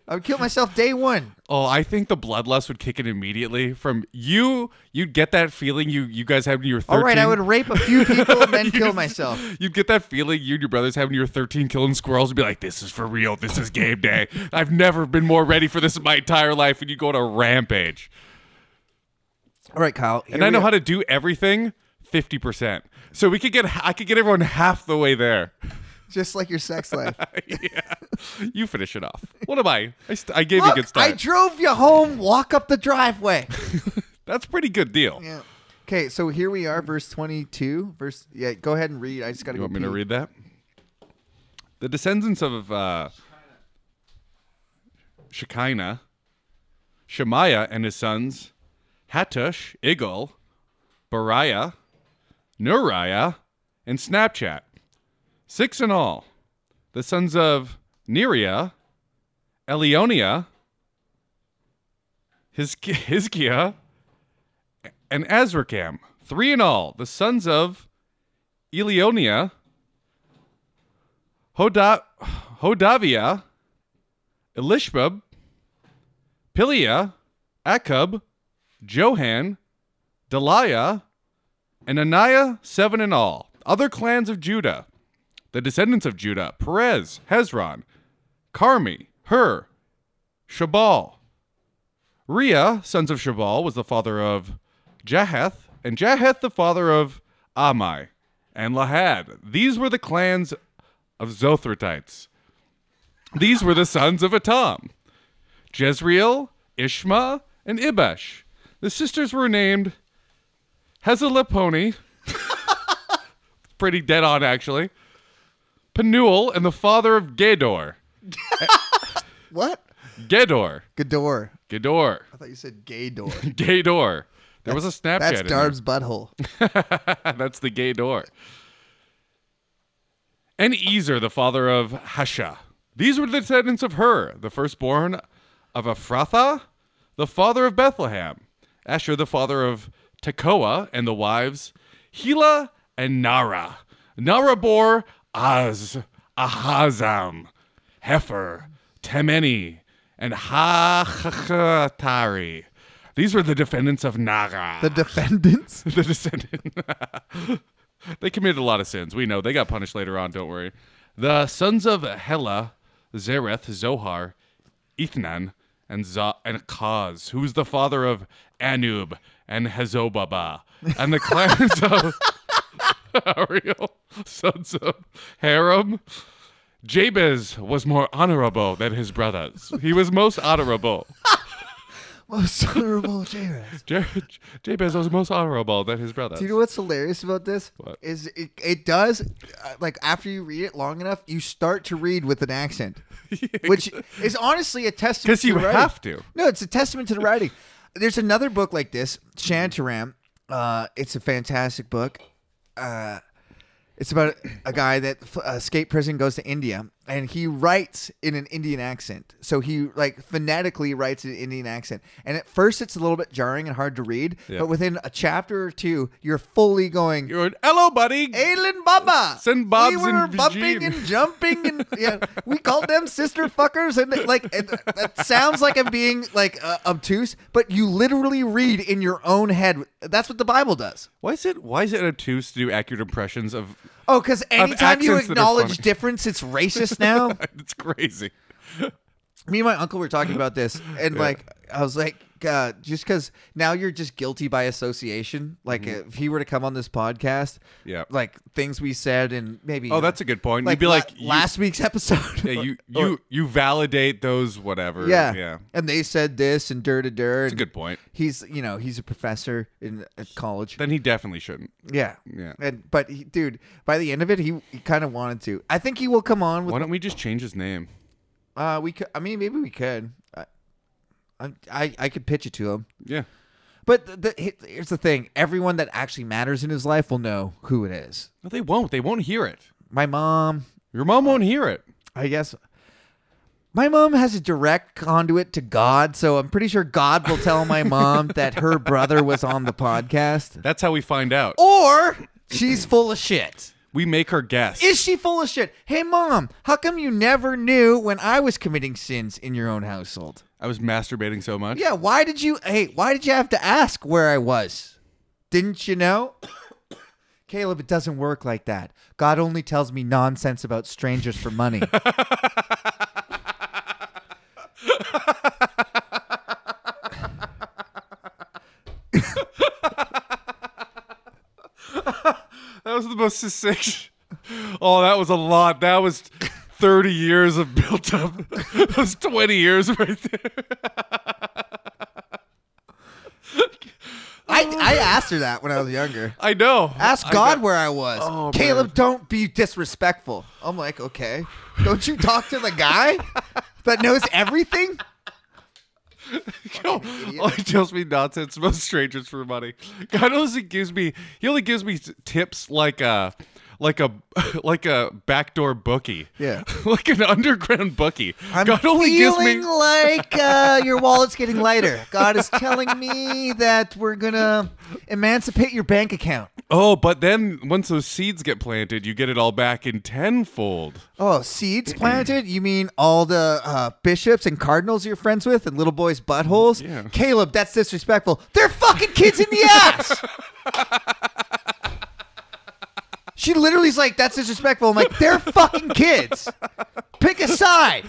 Speaker 1: I would kill myself day one.
Speaker 2: Oh, I think the bloodlust would kick in immediately from you. You'd get that feeling you you guys have when you were
Speaker 1: All
Speaker 2: thirteen.
Speaker 1: right, I would rape a few people
Speaker 2: [laughs]
Speaker 1: and then kill
Speaker 2: You'd-
Speaker 1: myself.
Speaker 2: You'd get that feeling you and your brothers have when you were thirteen, killing squirrels. and be like, "This is for real. This is game day. I've never been more ready for this in my entire life." And you go on a rampage.
Speaker 1: All right, Kyle.
Speaker 2: And I know how to do everything fifty percent. So we could get I could get everyone half the way there. [laughs]
Speaker 1: just like your sex life.
Speaker 2: yeah. You finish it off. What am I? I, st- I gave you a good
Speaker 1: Look, I
Speaker 2: start.
Speaker 1: drove you home. Walk up the driveway.
Speaker 2: That's a pretty good deal.
Speaker 1: Yeah. Okay, so here we are, verse 22. Verse, yeah. Go ahead and read. I just gotta
Speaker 2: You
Speaker 1: go.
Speaker 2: want me to
Speaker 1: pee.
Speaker 2: read that? The descendants of uh, Shekinah, Shemaiah and his sons, Hattush, Igal, Bariah, Neriah, and Snapchat. Six in all. The sons of Neria, Elionia, Hisk- Hiskiah, and Azricam. Three in all. The sons of Elionia, Hoda- Hodavia, Elishbab, Pilia, Akub, Johan, Deliah, and Ananiah, seven in all. Other clans of Judah, the descendants of Judah, Perez, Hezron, Carmi, Hur, Shabal. Rhea, sons of Shabal, was the father of Jahath, and Jahath the father of Amai and Lahad. These were the clans of Zothrites. These were the sons of Atam, Jezreel, Ishma, and Ibesh. The sisters were named Hezaliponi, pretty dead on actually, Penuel, and the father of Gedor.
Speaker 1: What?
Speaker 2: Gedor.
Speaker 1: Gador.
Speaker 2: Gedor. [laughs]
Speaker 1: I thought you said gay door.
Speaker 2: Gay door. There was a Snapchat.
Speaker 1: That's
Speaker 2: in there.
Speaker 1: Darb's butthole.
Speaker 2: [laughs] That's the gay door. And Ezer, the father of Hasha. These were the descendants of Hur, the firstborn of Ephrathah, the father of Bethlehem. Asher, the father of Tekoa, and the wives Hela and Nara. Nara bore Az, Ahazam, Hefer, Temeni, and Hachatari. These were the defendants of Nara
Speaker 1: The
Speaker 2: [laughs]
Speaker 1: defendants.
Speaker 2: the descendant. they committed a lot of sins. We know they got punished later on. Don't worry. The sons of Hela, Zereth, Zohar, Ethnan, and Za- and Kaz, who was the father of Anub and
Speaker 1: [laughs]
Speaker 2: Hezobaba, and the clans of [laughs] Ariel, sons of Haram. Jabez was more honorable than his brothers. He was most
Speaker 1: [laughs]
Speaker 2: honorable.
Speaker 1: Most honorable Jairus.
Speaker 2: Ja- Jabez was most honorable than his brothers.
Speaker 1: Do you know what's hilarious about this? Is it, it does, uh, like, after you read it long enough, you start to read with an
Speaker 2: [laughs]
Speaker 1: accent, which is honestly a testament
Speaker 2: 'Cause you
Speaker 1: to the writing.
Speaker 2: have to.
Speaker 1: No, it's a testament to the
Speaker 2: [laughs]
Speaker 1: writing. There's another book like this,
Speaker 2: Hmm.
Speaker 1: Shantaram. Uh, it's a fantastic book. Uh, it's about a guy that f- uh, escaped prison, goes to India, and he writes in an Indian accent. So he like phonetically writes in an Indian accent. And at first, it's a little bit jarring and hard to read,
Speaker 2: Yeah.
Speaker 1: but within a chapter or two, you're fully going.
Speaker 2: You're an hello, buddy.
Speaker 1: Aylin Baba.
Speaker 2: Send Bobs
Speaker 1: We were
Speaker 2: and
Speaker 1: bumping
Speaker 2: Vijin."
Speaker 1: and jumping and [laughs] yeah, we called them sister fuckers and like and that sounds like I'm being like uh, obtuse, but you literally read in your own head. That's what the Bible does.
Speaker 2: Why is it? Why is it obtuse to do accurate impressions of?
Speaker 1: Oh, because anytime you
Speaker 2: accents that are
Speaker 1: acknowledge
Speaker 2: funny.
Speaker 1: difference, it's
Speaker 2: [laughs]
Speaker 1: racist now.
Speaker 2: it's crazy.
Speaker 1: me and my uncle were talking
Speaker 2: [laughs]
Speaker 1: about this and like i was like uh, just because now you're just guilty by association like if he were to come on this podcast
Speaker 2: Mm-hmm. Yeah.
Speaker 1: like things we said and maybe
Speaker 2: Oh, that's a good point. You'd
Speaker 1: like,
Speaker 2: be like,
Speaker 1: la-
Speaker 2: you-
Speaker 1: last week's episode
Speaker 2: Yeah, [laughs] you
Speaker 1: [laughs] Or-
Speaker 2: you you validate those whatever.
Speaker 1: yeah
Speaker 2: yeah.
Speaker 1: and they said this and dirt to dirt
Speaker 2: That's a good point.
Speaker 1: he's you know he's a professor in at college
Speaker 2: Then he definitely shouldn't.
Speaker 1: yeah
Speaker 2: Yeah.
Speaker 1: and but he, dude by the end of it he, he kind of wanted to i think he will come on with
Speaker 2: Why don't we just change his name?
Speaker 1: uh we could i mean maybe we could I, I i i could pitch it to him
Speaker 2: Yeah.
Speaker 1: But the, the, he- here's the thing: everyone that actually matters in his life will know who it is.
Speaker 2: No, they won't. They won't hear it.
Speaker 1: My mom,
Speaker 2: Your mom won't hear it.
Speaker 1: I guess. My mom has a direct conduit to God, so I'm pretty sure God will tell my mom that her brother was on the podcast,
Speaker 2: That's how we find out.
Speaker 1: or she's full of shit.
Speaker 2: We make her guess.
Speaker 1: Is she full of shit? Hey, mom, how come you never knew when I was committing sins in your own household?
Speaker 2: I was masturbating so much.
Speaker 1: Yeah, why did you? Hey, why did you have to ask where I was? Didn't you know? [coughs] Caleb, it doesn't work like that. God only tells me nonsense about strangers
Speaker 2: [laughs]
Speaker 1: for money.
Speaker 2: That was the most succinct. [laughs] Oh, that was a lot. That was 30 years of built up. [laughs] that was 20 years right there.
Speaker 1: I, I asked her that when I
Speaker 2: [laughs]
Speaker 1: was younger.
Speaker 2: I know.
Speaker 1: Ask
Speaker 2: I
Speaker 1: God
Speaker 2: know.
Speaker 1: where I was.
Speaker 2: Oh,
Speaker 1: Caleb,
Speaker 2: man.
Speaker 1: don't be disrespectful. I'm like, okay. Don't you talk to the guy that knows everything?
Speaker 2: Yo, [laughs] all he tells me nonsense about strangers for money. God only gives me he only gives me s- tips like a like a [laughs] like a backdoor bookie.
Speaker 1: Yeah.
Speaker 2: [laughs] like an underground bookie.
Speaker 1: I'm
Speaker 2: God only gives
Speaker 1: feeling
Speaker 2: me
Speaker 1: like uh, your wallet's getting lighter. God is telling me that
Speaker 2: [laughs]
Speaker 1: we're gonna emancipate your bank account.
Speaker 2: Oh, but then once those seeds get planted, you get it all back in tenfold.
Speaker 1: Oh, seeds planted? You mean all the uh, bishops and cardinals you're friends with and little boys' buttholes?
Speaker 2: Yeah.
Speaker 1: Caleb, that's disrespectful. They're fucking kids in the ass. she literally is like, that's disrespectful. I'm like, they're fucking kids. Pick a side.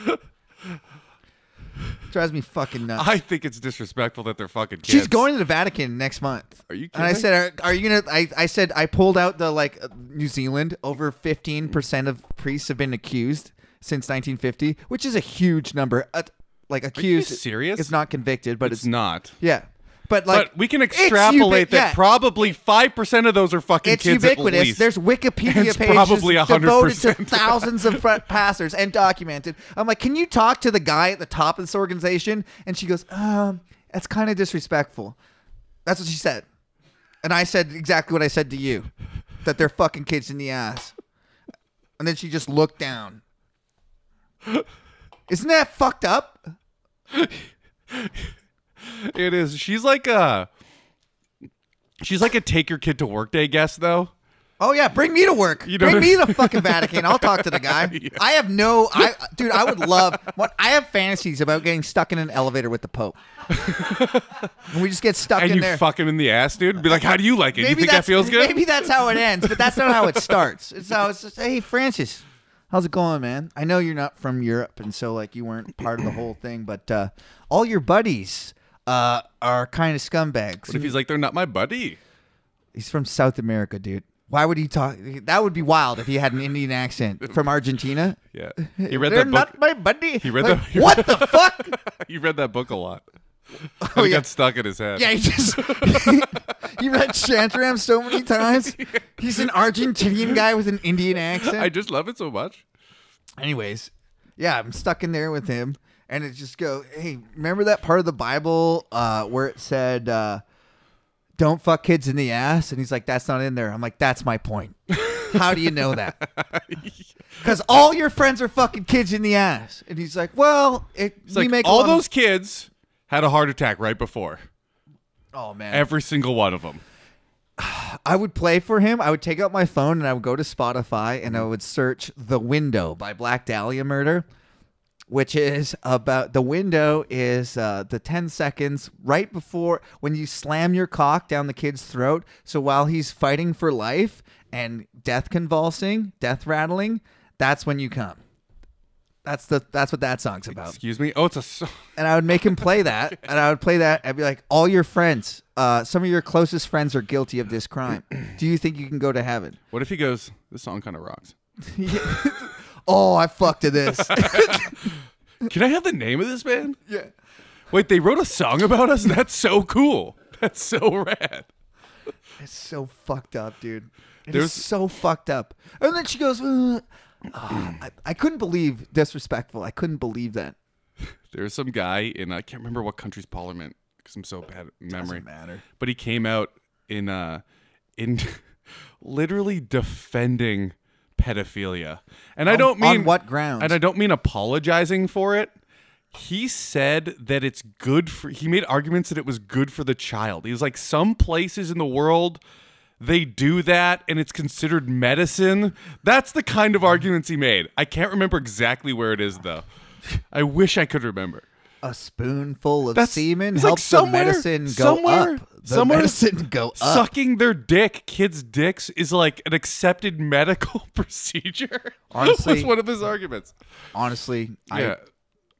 Speaker 1: Drives me fucking nuts.
Speaker 2: I think it's disrespectful that they're fucking kids.
Speaker 1: She's going to the Vatican next month.
Speaker 2: Are you
Speaker 1: And I
Speaker 2: kidding?
Speaker 1: said, are, are you gonna? I, I said I pulled out the like uh, New Zealand. Over fifteen percent of priests have been accused since 1950, which is a huge number. Uh, like accused.
Speaker 2: serious?
Speaker 1: It's not convicted, but it's,
Speaker 2: It's not.
Speaker 1: yeah. But like
Speaker 2: but we can
Speaker 1: it's
Speaker 2: extrapolate
Speaker 1: ubiqui-
Speaker 2: that
Speaker 1: yeah,
Speaker 2: probably five percent of those are fucking
Speaker 1: It's
Speaker 2: kids at
Speaker 1: ubiquitous.
Speaker 2: least.
Speaker 1: There's Wikipedia
Speaker 2: It's
Speaker 1: pages
Speaker 2: probably
Speaker 1: devoted to
Speaker 2: 100%.
Speaker 1: thousands of fr- passers and documented. I'm like, can you talk to the guy at the top of this organization? And she goes, um, that's kind of disrespectful. That's what she said. And I said exactly what I said to you that they're fucking kids in the ass. And then she just looked down. Isn't that fucked up?
Speaker 2: It is. She's like a. She's like a take your kid to work day guest though.
Speaker 1: Oh yeah, bring me to work.
Speaker 2: You know-
Speaker 1: bring
Speaker 2: [laughs]
Speaker 1: me to the fucking Vatican. I'll talk to the guy. I have no, I dude, I would love. What I have fantasies about getting stuck in an elevator with
Speaker 2: [laughs]
Speaker 1: the Pope, and we just get stuck
Speaker 2: And
Speaker 1: in
Speaker 2: you
Speaker 1: there.
Speaker 2: fuck him in the ass, dude. Be like, how do you like it? you think that
Speaker 1: that's
Speaker 2: feels good?
Speaker 1: Maybe that's how it ends, but that's not how it starts. It's how it's just, hey Francis, how's it going, man? I know you're not from Europe, and so like you weren't part of the whole thing, but uh, all your buddies uh, are kind of scumbags.
Speaker 2: What if he's like, they're not my buddy?
Speaker 1: He's from South America, dude. Why would he talk? That would be wild if he had an Indian accent from Argentina.
Speaker 2: Yeah. He read that
Speaker 1: They're
Speaker 2: [laughs] book.
Speaker 1: not my buddy. He
Speaker 2: read
Speaker 1: like,
Speaker 2: the- [laughs] he
Speaker 1: what the fuck?
Speaker 2: You read that book a lot. And
Speaker 1: Oh,
Speaker 2: it
Speaker 1: yeah.
Speaker 2: got stuck in his head.
Speaker 1: Yeah, he just [laughs] he read Shantaram so
Speaker 2: [laughs]
Speaker 1: many times. He's an Argentinian guy with an Indian accent.
Speaker 2: I just love it so much.
Speaker 1: Anyways, yeah, I'm stuck in there with him, and it just go. Hey, remember that part of the Bible uh, where it said, uh, "Don't fuck kids in the ass," and he's like, "That's not in there." I'm like, "That's my point." How do you
Speaker 2: [laughs]
Speaker 1: know that? Because all your friends are fucking kids in the ass, and he's like, "Well, it,
Speaker 2: It's
Speaker 1: we
Speaker 2: like
Speaker 1: make a
Speaker 2: all
Speaker 1: lot of-
Speaker 2: those kids had a heart attack right before.
Speaker 1: oh man,
Speaker 2: Every single one of them.
Speaker 1: I would play for him. I would take out my phone and I would go to Spotify and I would search The Window by Black Dahlia Murder, which is about The Window is uh, the 10 seconds right before when you slam your cock down the kid's throat. So while he's fighting for life and death convulsing, death rattling, that's when you come. That's the that's what that song's about
Speaker 2: Excuse me. Oh, it's a. so-
Speaker 1: and I would make him
Speaker 2: [laughs]
Speaker 1: play that, and I would play that. I'd be like, "All your friends, uh, some of your closest friends are guilty of
Speaker 2: [clears throat]
Speaker 1: this crime. Do you think you can go to heaven?"
Speaker 2: What if he goes, this song kind of rocks?
Speaker 1: [laughs] oh, I fucked
Speaker 2: [laughs]
Speaker 1: to this. [laughs]
Speaker 2: Can I have the name of this band?
Speaker 1: yeah.
Speaker 2: Wait, they wrote a song about us? That's so cool. That's so rad.
Speaker 1: It's so fucked up, dude. It is
Speaker 2: There's-
Speaker 1: so fucked up. And then she goes, "Uh, ah, I, "I couldn't believe disrespectful. I couldn't believe that."
Speaker 2: There's some guy in I can't remember what country's parliament because I'm so bad at memory.
Speaker 1: matter.
Speaker 2: But he came out in uh in [laughs] literally defending pedophilia, and I don't mean
Speaker 1: on what grounds?
Speaker 2: and I don't mean apologizing for it. He said that it's good for. He made arguments that it was good for the child. He was like, some places in the world. They do that and it's considered medicine. That's the kind of arguments he made. I can't remember exactly where it is though. I wish I could remember.
Speaker 1: A spoonful of
Speaker 2: That's-
Speaker 1: semen
Speaker 2: it's like
Speaker 1: helps the
Speaker 2: somewhere-
Speaker 1: medicine go
Speaker 2: somewhere-
Speaker 1: up. The
Speaker 2: somewhere
Speaker 1: medicine go up.
Speaker 2: Sucking their dick, kids' dicks, is like an accepted medical [laughs] procedure. [laughs]
Speaker 1: Honestly-
Speaker 2: was one of his arguments.
Speaker 1: Honestly,
Speaker 2: yeah,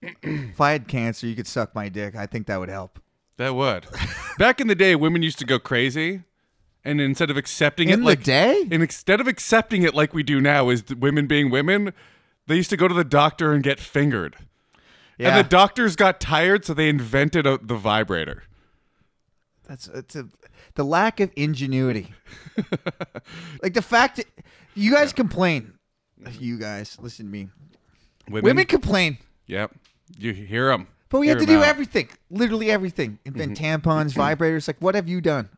Speaker 1: I, if I had cancer, you could suck my dick. I think that would help.
Speaker 2: that would. Back in the day, women used to go crazy, and instead of accepting
Speaker 1: In
Speaker 2: it
Speaker 1: the
Speaker 2: like
Speaker 1: day?
Speaker 2: and instead of accepting it like we do now is th- women being women, they used to go to the doctor and get fingered.
Speaker 1: Yeah,
Speaker 2: And the doctors got tired, so they invented a, the vibrator.
Speaker 1: that's it's a, the lack of
Speaker 2: [laughs]
Speaker 1: ingenuity. like the fact that you guys complain. You guys, listen to me.
Speaker 2: Women,
Speaker 1: Women complain,
Speaker 2: Yep. You hear them.
Speaker 1: but we have to do everything, literally everything.
Speaker 2: Mhm. [clears throat]
Speaker 1: Invent tampons, vibrators. Like, what have you done?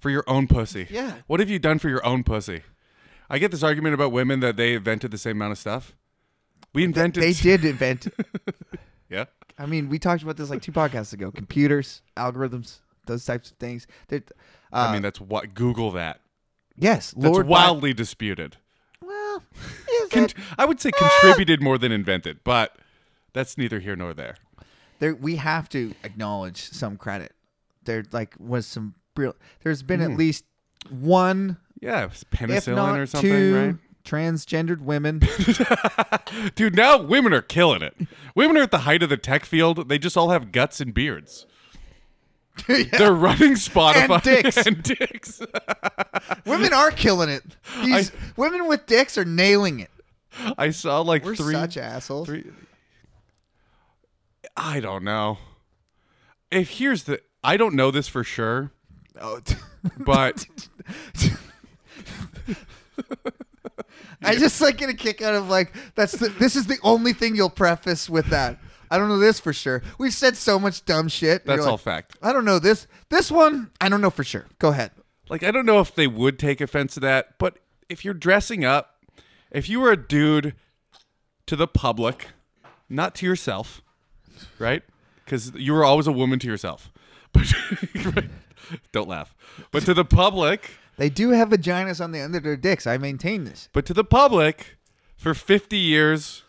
Speaker 2: For your own pussy.
Speaker 1: Yeah.
Speaker 2: What have you done for your own pussy? I get this argument about women that they invented the same amount of stuff. We invented.
Speaker 1: They
Speaker 2: [laughs]
Speaker 1: did invent.
Speaker 2: Yeah.
Speaker 1: I mean, we talked about this like two podcasts ago. Computers, algorithms, those types of things. They're, uh,
Speaker 2: I mean, that's what. Google that.
Speaker 1: yes,
Speaker 2: That's
Speaker 1: Lord.
Speaker 2: wildly disputed.
Speaker 1: well, is
Speaker 2: Con-
Speaker 1: it?
Speaker 2: I would say contributed more than invented, but that's neither here nor there.
Speaker 1: There, we have to acknowledge some credit. There, like, was some. Real, there's been at least one,
Speaker 2: Yeah, it's
Speaker 1: if
Speaker 2: penicillin
Speaker 1: not
Speaker 2: Hmm. or something,
Speaker 1: two,
Speaker 2: right?
Speaker 1: transgendered women.
Speaker 2: [laughs] Dude, now women are killing it. Women are at the height of the tech field. They just all have guts and
Speaker 1: [laughs]
Speaker 2: beards. They're running Spotify [laughs]
Speaker 1: dicks.
Speaker 2: and dicks.
Speaker 1: women are killing it. These women with dicks are nailing it.
Speaker 2: I saw like
Speaker 1: We're
Speaker 2: three.
Speaker 1: such assholes.
Speaker 2: three- I don't know. If here's the, I don't know this for sure,
Speaker 1: [laughs] Oh, [laughs]
Speaker 2: but
Speaker 1: I just like get a kick out of like that's the, this is the only thing you'll preface with that. I don't know this for sure. We've said so much dumb shit.
Speaker 2: that's
Speaker 1: You're
Speaker 2: all
Speaker 1: like,
Speaker 2: fact.
Speaker 1: I don't know this this one. I don't know for sure. Go ahead.
Speaker 2: Like I don't know if they would take offense to that, but if you're dressing up, if you were a dude to the public, not to yourself, right? Because you were always a woman to yourself. [laughs] But don't laugh. But to the public,
Speaker 1: They do have vaginas on the end of their dicks. I maintain this.
Speaker 2: but to the public, for 50 years,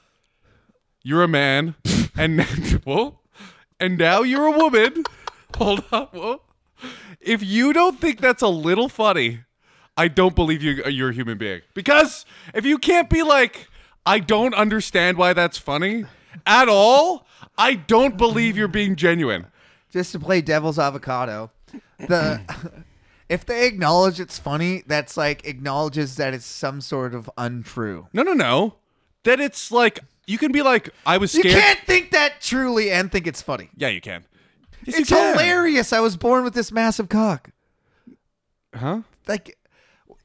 Speaker 2: you're a
Speaker 1: [laughs]
Speaker 2: man, and whoa, and now you're a woman. [laughs] Hold up, whoa. If you don't think that's a little funny, I don't believe you. You're a human being because if you can't be like, I don't understand why that's funny at all. I don't believe you're being genuine.
Speaker 1: Just to play devil's avocado, the [laughs] if they acknowledge it's funny, that's like acknowledges that it's some sort of untrue.
Speaker 2: No, no, no. That it's like you can be like, I was
Speaker 1: You
Speaker 2: scared.
Speaker 1: can't think that truly and think it's funny.
Speaker 2: Yeah, you can. Yes, you
Speaker 1: It's
Speaker 2: can.
Speaker 1: hilarious. I was born with this massive cock.
Speaker 2: huh?
Speaker 1: like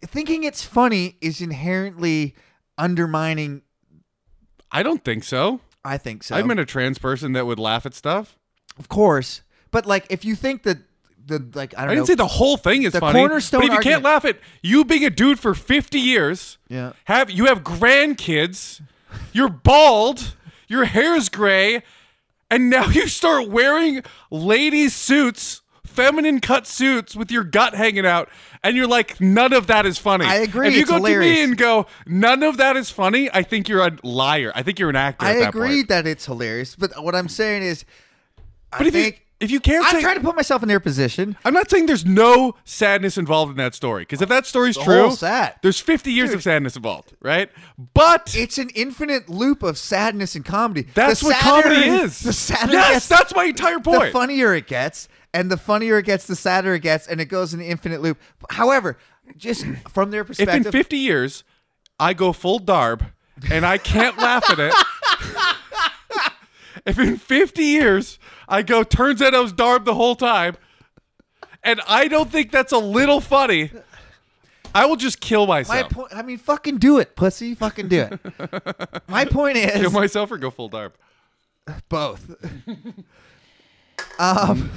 Speaker 1: thinking it's funny is inherently undermining
Speaker 2: I don't think so.
Speaker 1: i think so
Speaker 2: I've been a trans person that would laugh at stuff.
Speaker 1: of course but like if you think that the like i don't
Speaker 2: I
Speaker 1: know
Speaker 2: didn't say the whole thing is
Speaker 1: The
Speaker 2: funny.
Speaker 1: cornerstone
Speaker 2: but if you
Speaker 1: argument-
Speaker 2: can't laugh at you being a dude for 50 years,
Speaker 1: Yeah.
Speaker 2: have you have grandkids, you're bald, your hair's gray, and now [laughs] you start wearing ladies' suits, feminine cut suits with your gut hanging out, and you're like, none of that is funny.
Speaker 1: I agree,
Speaker 2: If you
Speaker 1: it's
Speaker 2: go to me
Speaker 1: hilarious.
Speaker 2: and go, none of that is funny, I think you're a liar. I think you're an actor.
Speaker 1: i
Speaker 2: at that
Speaker 1: agree
Speaker 2: point.
Speaker 1: that it's hilarious but what i'm saying is
Speaker 2: But if you
Speaker 1: think-
Speaker 2: if you can't
Speaker 1: i'm
Speaker 2: say,
Speaker 1: trying to put myself in their position
Speaker 2: I'm not saying there's no sadness involved in that story, because if that story's true,
Speaker 1: whole set.
Speaker 2: there's 50 years of sadness involved, right? But
Speaker 1: it's an infinite loop of sadness and comedy
Speaker 2: that's
Speaker 1: The
Speaker 2: what
Speaker 1: sadder-
Speaker 2: comedy is.
Speaker 1: the sadder
Speaker 2: yes,
Speaker 1: it gets,
Speaker 2: that's my entire
Speaker 1: the
Speaker 2: point.
Speaker 1: funnier it gets and the funnier it gets the sadder it gets and it goes in an infinite loop however just from their
Speaker 2: if in
Speaker 1: perspective
Speaker 2: 50 years I go full darb and I can't laugh at it, if in 50 years I go turns out I was darb the whole time, and I don't think that's a little funny, I will just kill
Speaker 1: My
Speaker 2: myself.
Speaker 1: point. I mean, fucking do it, pussy. Fucking do it.
Speaker 2: [laughs]
Speaker 1: My point
Speaker 2: kill
Speaker 1: is
Speaker 2: myself or go full darb. [laughs]
Speaker 1: both. um,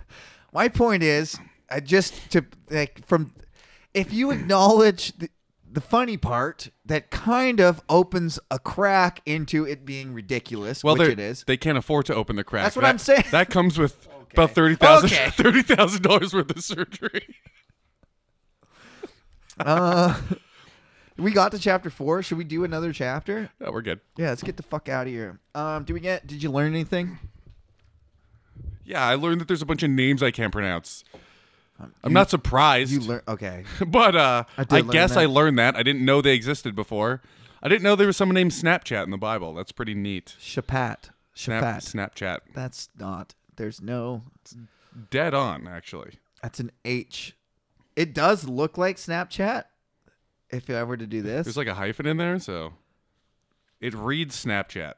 Speaker 1: [laughs] my point is I just to like from if you acknowledge the, the funny part, that kind of opens a crack into it being ridiculous,
Speaker 2: Well,
Speaker 1: which
Speaker 2: they're-
Speaker 1: it is.
Speaker 2: They can't afford to open the crack.
Speaker 1: That's what
Speaker 2: That-
Speaker 1: I'm saying.
Speaker 2: That comes
Speaker 1: [laughs]
Speaker 2: with about thirty thousand
Speaker 1: Okay.
Speaker 2: [laughs] thirty thousand dollars worth of surgery. [laughs]
Speaker 1: Uh, we got to chapter four. Should we do another chapter?
Speaker 2: No, we're good.
Speaker 1: Yeah, let's get the fuck out of here. Um, do we get? Did you learn anything?
Speaker 2: Yeah, I learned that there's a bunch of names I can't pronounce. I'm not surprised,
Speaker 1: Um, You learn? Okay.
Speaker 2: [laughs] but uh, I,
Speaker 1: did learn
Speaker 2: guess
Speaker 1: that.
Speaker 2: I learned that. I didn't know they existed before. I didn't know there was someone named Snapchat in the Bible. That's pretty neat.
Speaker 1: Shapat.
Speaker 2: Snap-
Speaker 1: Shapat.
Speaker 2: Snapchat,
Speaker 1: That's not. There's no.
Speaker 2: dead on actually.
Speaker 1: That's an H. It does look like Snapchat. If I were to do this,
Speaker 2: There's like a hyphen in there, so it reads
Speaker 1: [laughs]
Speaker 2: Snapchat.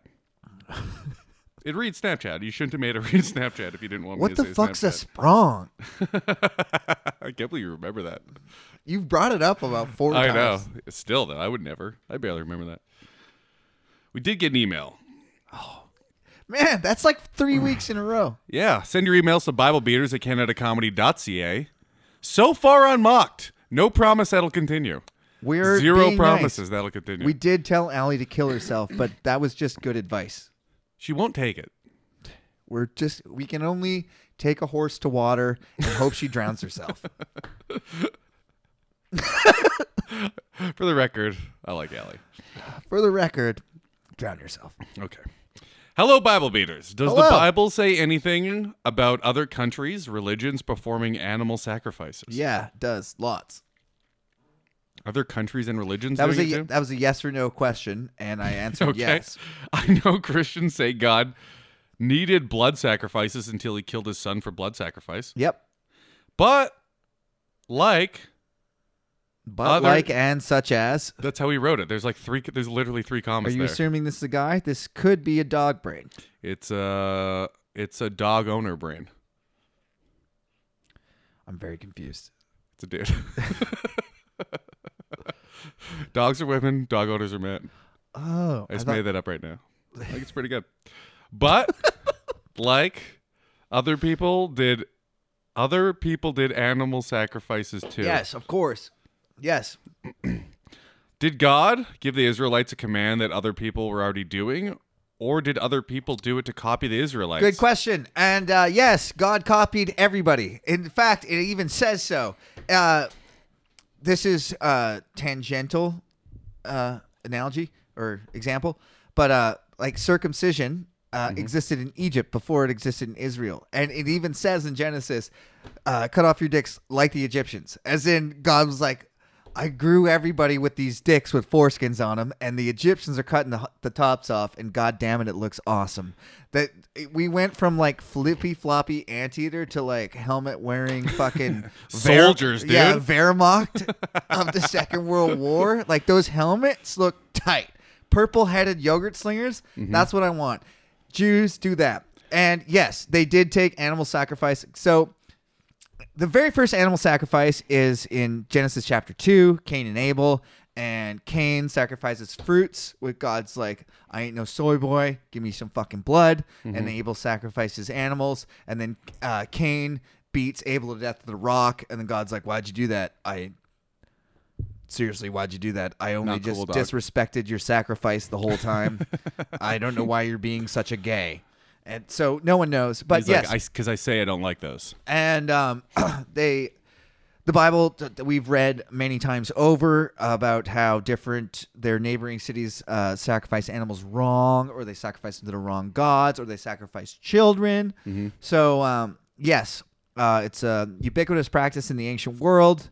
Speaker 2: it reads Snapchat. You shouldn't have made it [laughs] read Snapchat if you didn't want
Speaker 1: what
Speaker 2: me to
Speaker 1: the
Speaker 2: say
Speaker 1: fuck's a
Speaker 2: Snapchat.
Speaker 1: sprong?
Speaker 2: I can't believe you remember that.
Speaker 1: You've brought it
Speaker 2: [laughs]
Speaker 1: up about four
Speaker 2: I know.
Speaker 1: times.
Speaker 2: Still though, I would never. I barely remember that. We did get an email.
Speaker 1: Man, that's like three weeks in a row.
Speaker 2: Yeah, send your emails to biblebeaters at canadacomedy.ca. So far unmocked. No promise that'll continue.
Speaker 1: We're
Speaker 2: Zero
Speaker 1: being nice.
Speaker 2: promises that'll continue.
Speaker 1: We did tell Allie to kill herself, but that was just good advice.
Speaker 2: she won't take it.
Speaker 1: We're just we can only take a horse to water and hope she
Speaker 2: [laughs]
Speaker 1: drowns herself.
Speaker 2: For the record, I like Allie.
Speaker 1: For the record, drown yourself.
Speaker 2: Okay. Hello, Bible beaters. Does the
Speaker 1: Hello.
Speaker 2: Bible say anything about other countries, religions performing animal sacrifices?
Speaker 1: Yeah, does lots.
Speaker 2: Other countries and religions
Speaker 1: That was a
Speaker 2: doing it too?
Speaker 1: that was a yes or no question, and I
Speaker 2: [laughs]
Speaker 1: answered
Speaker 2: okay.
Speaker 1: yes.
Speaker 2: I know Christians say God needed blood sacrifices until he killed his son for blood sacrifice.
Speaker 1: Yep.
Speaker 2: But like
Speaker 1: But
Speaker 2: Other-
Speaker 1: like and such as.
Speaker 2: that's how he wrote it. There's like three there's literally three
Speaker 1: Are
Speaker 2: commas
Speaker 1: you
Speaker 2: there.
Speaker 1: assuming this is a guy? This could be a dog brain.
Speaker 2: it's uh it's a dog owner brain.
Speaker 1: I'm very confused.
Speaker 2: It's a
Speaker 1: [laughs]
Speaker 2: dude. [laughs] Dogs are women, dog owners are men.
Speaker 1: Oh,
Speaker 2: I just
Speaker 1: thought-
Speaker 2: made that up right
Speaker 1: [laughs]
Speaker 2: now. I think it's pretty good. But like other people did other people did animal sacrifices too.
Speaker 1: yes, of course. Yes,
Speaker 2: Did God give the Israelites a command that other people were already doing? Or did other people do it to copy the Israelites?
Speaker 1: Good question. And uh, yes, God copied everybody. In fact, it even says so. Uh, this is uh, tangential uh, analogy or example, but uh, like circumcision uh,
Speaker 2: Mm-hmm.
Speaker 1: existed in Egypt before it existed in Israel, and it even says in Genesis, uh, "Cut off your dicks like the Egyptians," as in God was like. I grew everybody with these dicks with foreskins on them, and the Egyptians are cutting the, the tops off, and god damn it, it looks awesome. That we went from like flippy floppy anteater to like helmet
Speaker 2: [laughs]
Speaker 1: wearing fucking Wehr-
Speaker 2: Soldiers, dude.
Speaker 1: Yeah, Wehrmacht of the Second World War. Like those helmets look tight. Purple headed yogurt slingers. That's what I want. Jews do that. And yes, they did take animal sacrifice. So the very first animal sacrifice is in Genesis chapter 2, Cain and Abel. And Cain sacrifices fruits with God's like, I ain't no soy boy, give me some fucking blood.
Speaker 2: Mm-hmm.
Speaker 1: And Abel sacrifices animals. And then uh, Cain beats Abel to death with a rock. And then God's like, Why'd you do that? I seriously, why'd you do that? I only
Speaker 2: Not
Speaker 1: just
Speaker 2: cool, dog.
Speaker 1: disrespected your sacrifice the
Speaker 2: [laughs]
Speaker 1: whole time. I don't know why you're being such a gay. And so no one knows. But
Speaker 2: He's
Speaker 1: yes,
Speaker 2: like, because I, say I don't like those.
Speaker 1: and um, [clears throat] they the bible th- that we've read many times over about how different their neighboring cities uh, sacrifice animals wrong or they sacrifice them to the wrong gods or they sacrifice children
Speaker 2: Mm-hmm.
Speaker 1: so um, yes uh, it's a ubiquitous practice in the ancient world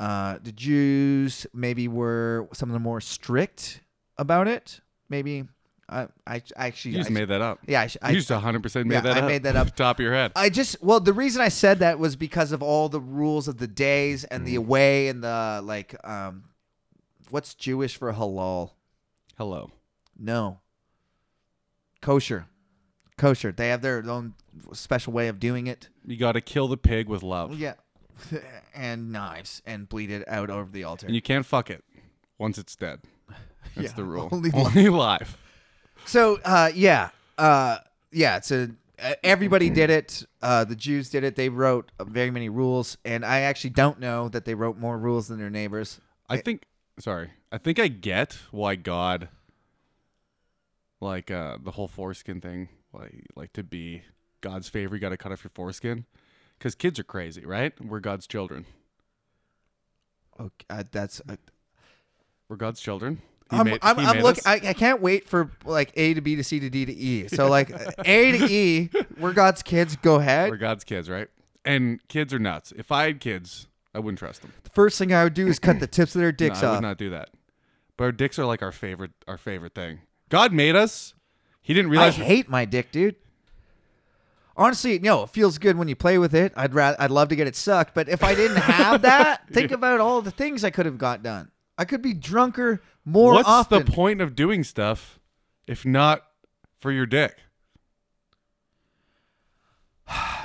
Speaker 1: uh, the jews maybe were some of the more strict about it maybe i, I, I actually
Speaker 2: You just
Speaker 1: I-
Speaker 2: made that up.
Speaker 1: yeah I, I,
Speaker 2: you just 100% made
Speaker 1: yeah,
Speaker 2: that
Speaker 1: I
Speaker 2: up.
Speaker 1: made that up.
Speaker 2: [laughs] Top of your head.
Speaker 1: I just well, the reason I said that was because of all the rules of the days and the away and the like. Um, what's Jewish for halal?
Speaker 2: Hello.
Speaker 1: No, kosher, kosher. They have their own special way of doing it.
Speaker 2: You got to kill the pig with love.
Speaker 1: Yeah, [laughs] and knives and bleed it out over the altar.
Speaker 2: And you can't fuck it once it's dead. That's
Speaker 1: Yeah,
Speaker 2: the rule.
Speaker 1: only
Speaker 2: live.
Speaker 1: So uh, yeah, uh, yeah. It's a uh, everybody did it. Uh, the Jews did it. They wrote uh, very many rules, and I actually don't know that they wrote more rules than their neighbors.
Speaker 2: I think. Sorry, I think I get why God, like uh, the whole foreskin thing, like like to be God's favor, you got to cut off your foreskin, because kids are crazy, right? We're God's children.
Speaker 1: Okay, uh, that's. Uh,
Speaker 2: We're God's children. He
Speaker 1: I'm,
Speaker 2: made-
Speaker 1: I'm,
Speaker 2: he
Speaker 1: I'm
Speaker 2: made
Speaker 1: look.
Speaker 2: us.
Speaker 1: I, I can't wait for like A to B to C to D to E. So like A to E, we're God's kids. Go ahead.
Speaker 2: We're God's kids, right? And kids are nuts. If I had kids, I wouldn't trust them.
Speaker 1: The first thing I would do is cut the tips of their
Speaker 2: No,
Speaker 1: dicks
Speaker 2: I
Speaker 1: off.
Speaker 2: would not do that. But our dicks are like our favorite, our favorite thing. God made us. He didn't
Speaker 1: I
Speaker 2: realize.
Speaker 1: hate my dick, dude. honestly, no, it feels good when you play with it. I'd rather, I'd love to get it sucked, but if I
Speaker 2: [laughs]
Speaker 1: didn't have that, think about all the things I could have got done. I could be drunker more
Speaker 2: What's
Speaker 1: often.
Speaker 2: the point of doing stuff if not for your dick?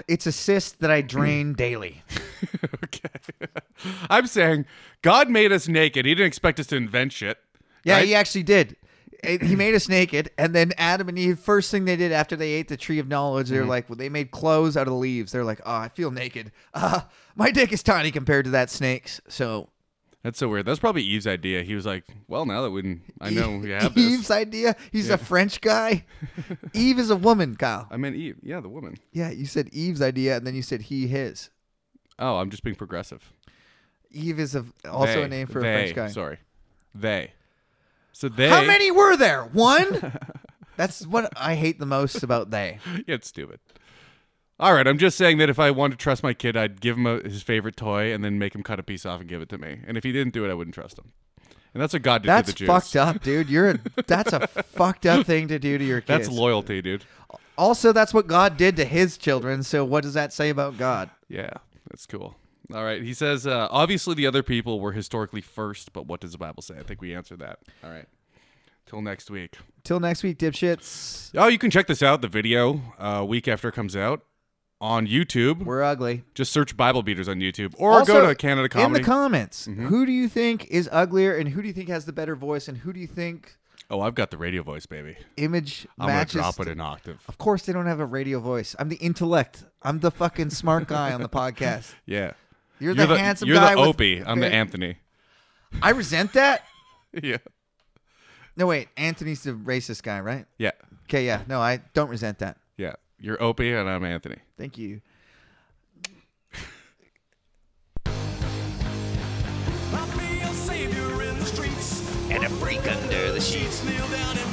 Speaker 1: It's a cyst that I drain daily.
Speaker 2: [laughs] okay. I'm saying God made us naked. He didn't expect us to invent shit.
Speaker 1: Yeah,
Speaker 2: right?
Speaker 1: he actually did. It- he made us naked, and then Adam and Eve. First thing they did after they ate the tree of knowledge,
Speaker 2: Mm-hmm.
Speaker 1: they're like, well, they made clothes out of leaves. They're like, oh, I feel naked. Uh, my dick is tiny compared to that snake's. So
Speaker 2: That's so weird. That's probably Eve's idea. He was like, "Well, now that we, I know
Speaker 1: [laughs]
Speaker 2: we have this.
Speaker 1: E- Eve's idea. He's a French
Speaker 2: [laughs]
Speaker 1: guy. Eve is a woman, Kyle.
Speaker 2: I meant Eve. Yeah, the woman.
Speaker 1: Yeah, you said Eve's idea, and then you said he his.
Speaker 2: Oh, I'm just being progressive.
Speaker 1: Eve is a, also
Speaker 2: They.
Speaker 1: a name for
Speaker 2: They.
Speaker 1: a French guy.
Speaker 2: Sorry, they. So they.
Speaker 1: How many were there? One.
Speaker 2: [laughs]
Speaker 1: That's what I hate the most about they.
Speaker 2: Yeah, [laughs] it's stupid. All right, I'm just saying that if I wanted to trust my kid, I'd give him a, his favorite toy and then make him cut a piece off and give it to me. And if he didn't do it, I wouldn't trust him. And that's what God did
Speaker 1: That's
Speaker 2: to the Jews.
Speaker 1: fucked up, dude. You're a, that's a fucked up thing to do to your kids.
Speaker 2: That's loyalty, dude.
Speaker 1: also, that's what God did to his children. So what does that say about God?
Speaker 2: Yeah, that's cool. All right, he says. Uh, Obviously, the other people were historically first, but what does the Bible say? I think we answered that. All right. Till next week.
Speaker 1: Till next week, dipshits.
Speaker 2: Oh, you can check this out. The video uh, week after it comes out on YouTube.
Speaker 1: We're ugly.
Speaker 2: just search Bible Beaters on YouTube or
Speaker 1: Also,
Speaker 2: go to Canada
Speaker 1: In
Speaker 2: Comedy. Mm-hmm.
Speaker 1: the comments, who do you think is uglier, and who do you think has the better voice, and who do you think
Speaker 2: oh, I've got the radio voice, baby.
Speaker 1: image
Speaker 2: I'm
Speaker 1: matches?
Speaker 2: gonna drop it
Speaker 1: to-
Speaker 2: an
Speaker 1: [laughs]
Speaker 2: octave.
Speaker 1: Of course, they don't have a radio voice. I'm the intellect. I'm the fucking smart
Speaker 2: [laughs]
Speaker 1: guy on the podcast.
Speaker 2: Yeah.
Speaker 1: You're,
Speaker 2: You're
Speaker 1: the,
Speaker 2: the,
Speaker 1: handsome
Speaker 2: you're
Speaker 1: guy.
Speaker 2: the
Speaker 1: with-
Speaker 2: Opie. I'm the
Speaker 1: [laughs]
Speaker 2: Anthony.
Speaker 1: I resent that.
Speaker 2: yeah.
Speaker 1: No, wait. Anthony's the racist guy, right?
Speaker 2: Yeah.
Speaker 1: Okay, yeah. No, I don't resent that.
Speaker 2: Yeah. You're Opie and I'm Anthony.
Speaker 1: Thank you.
Speaker 3: I'll be your savior in the streets and a freak under the sheets. Kneel down and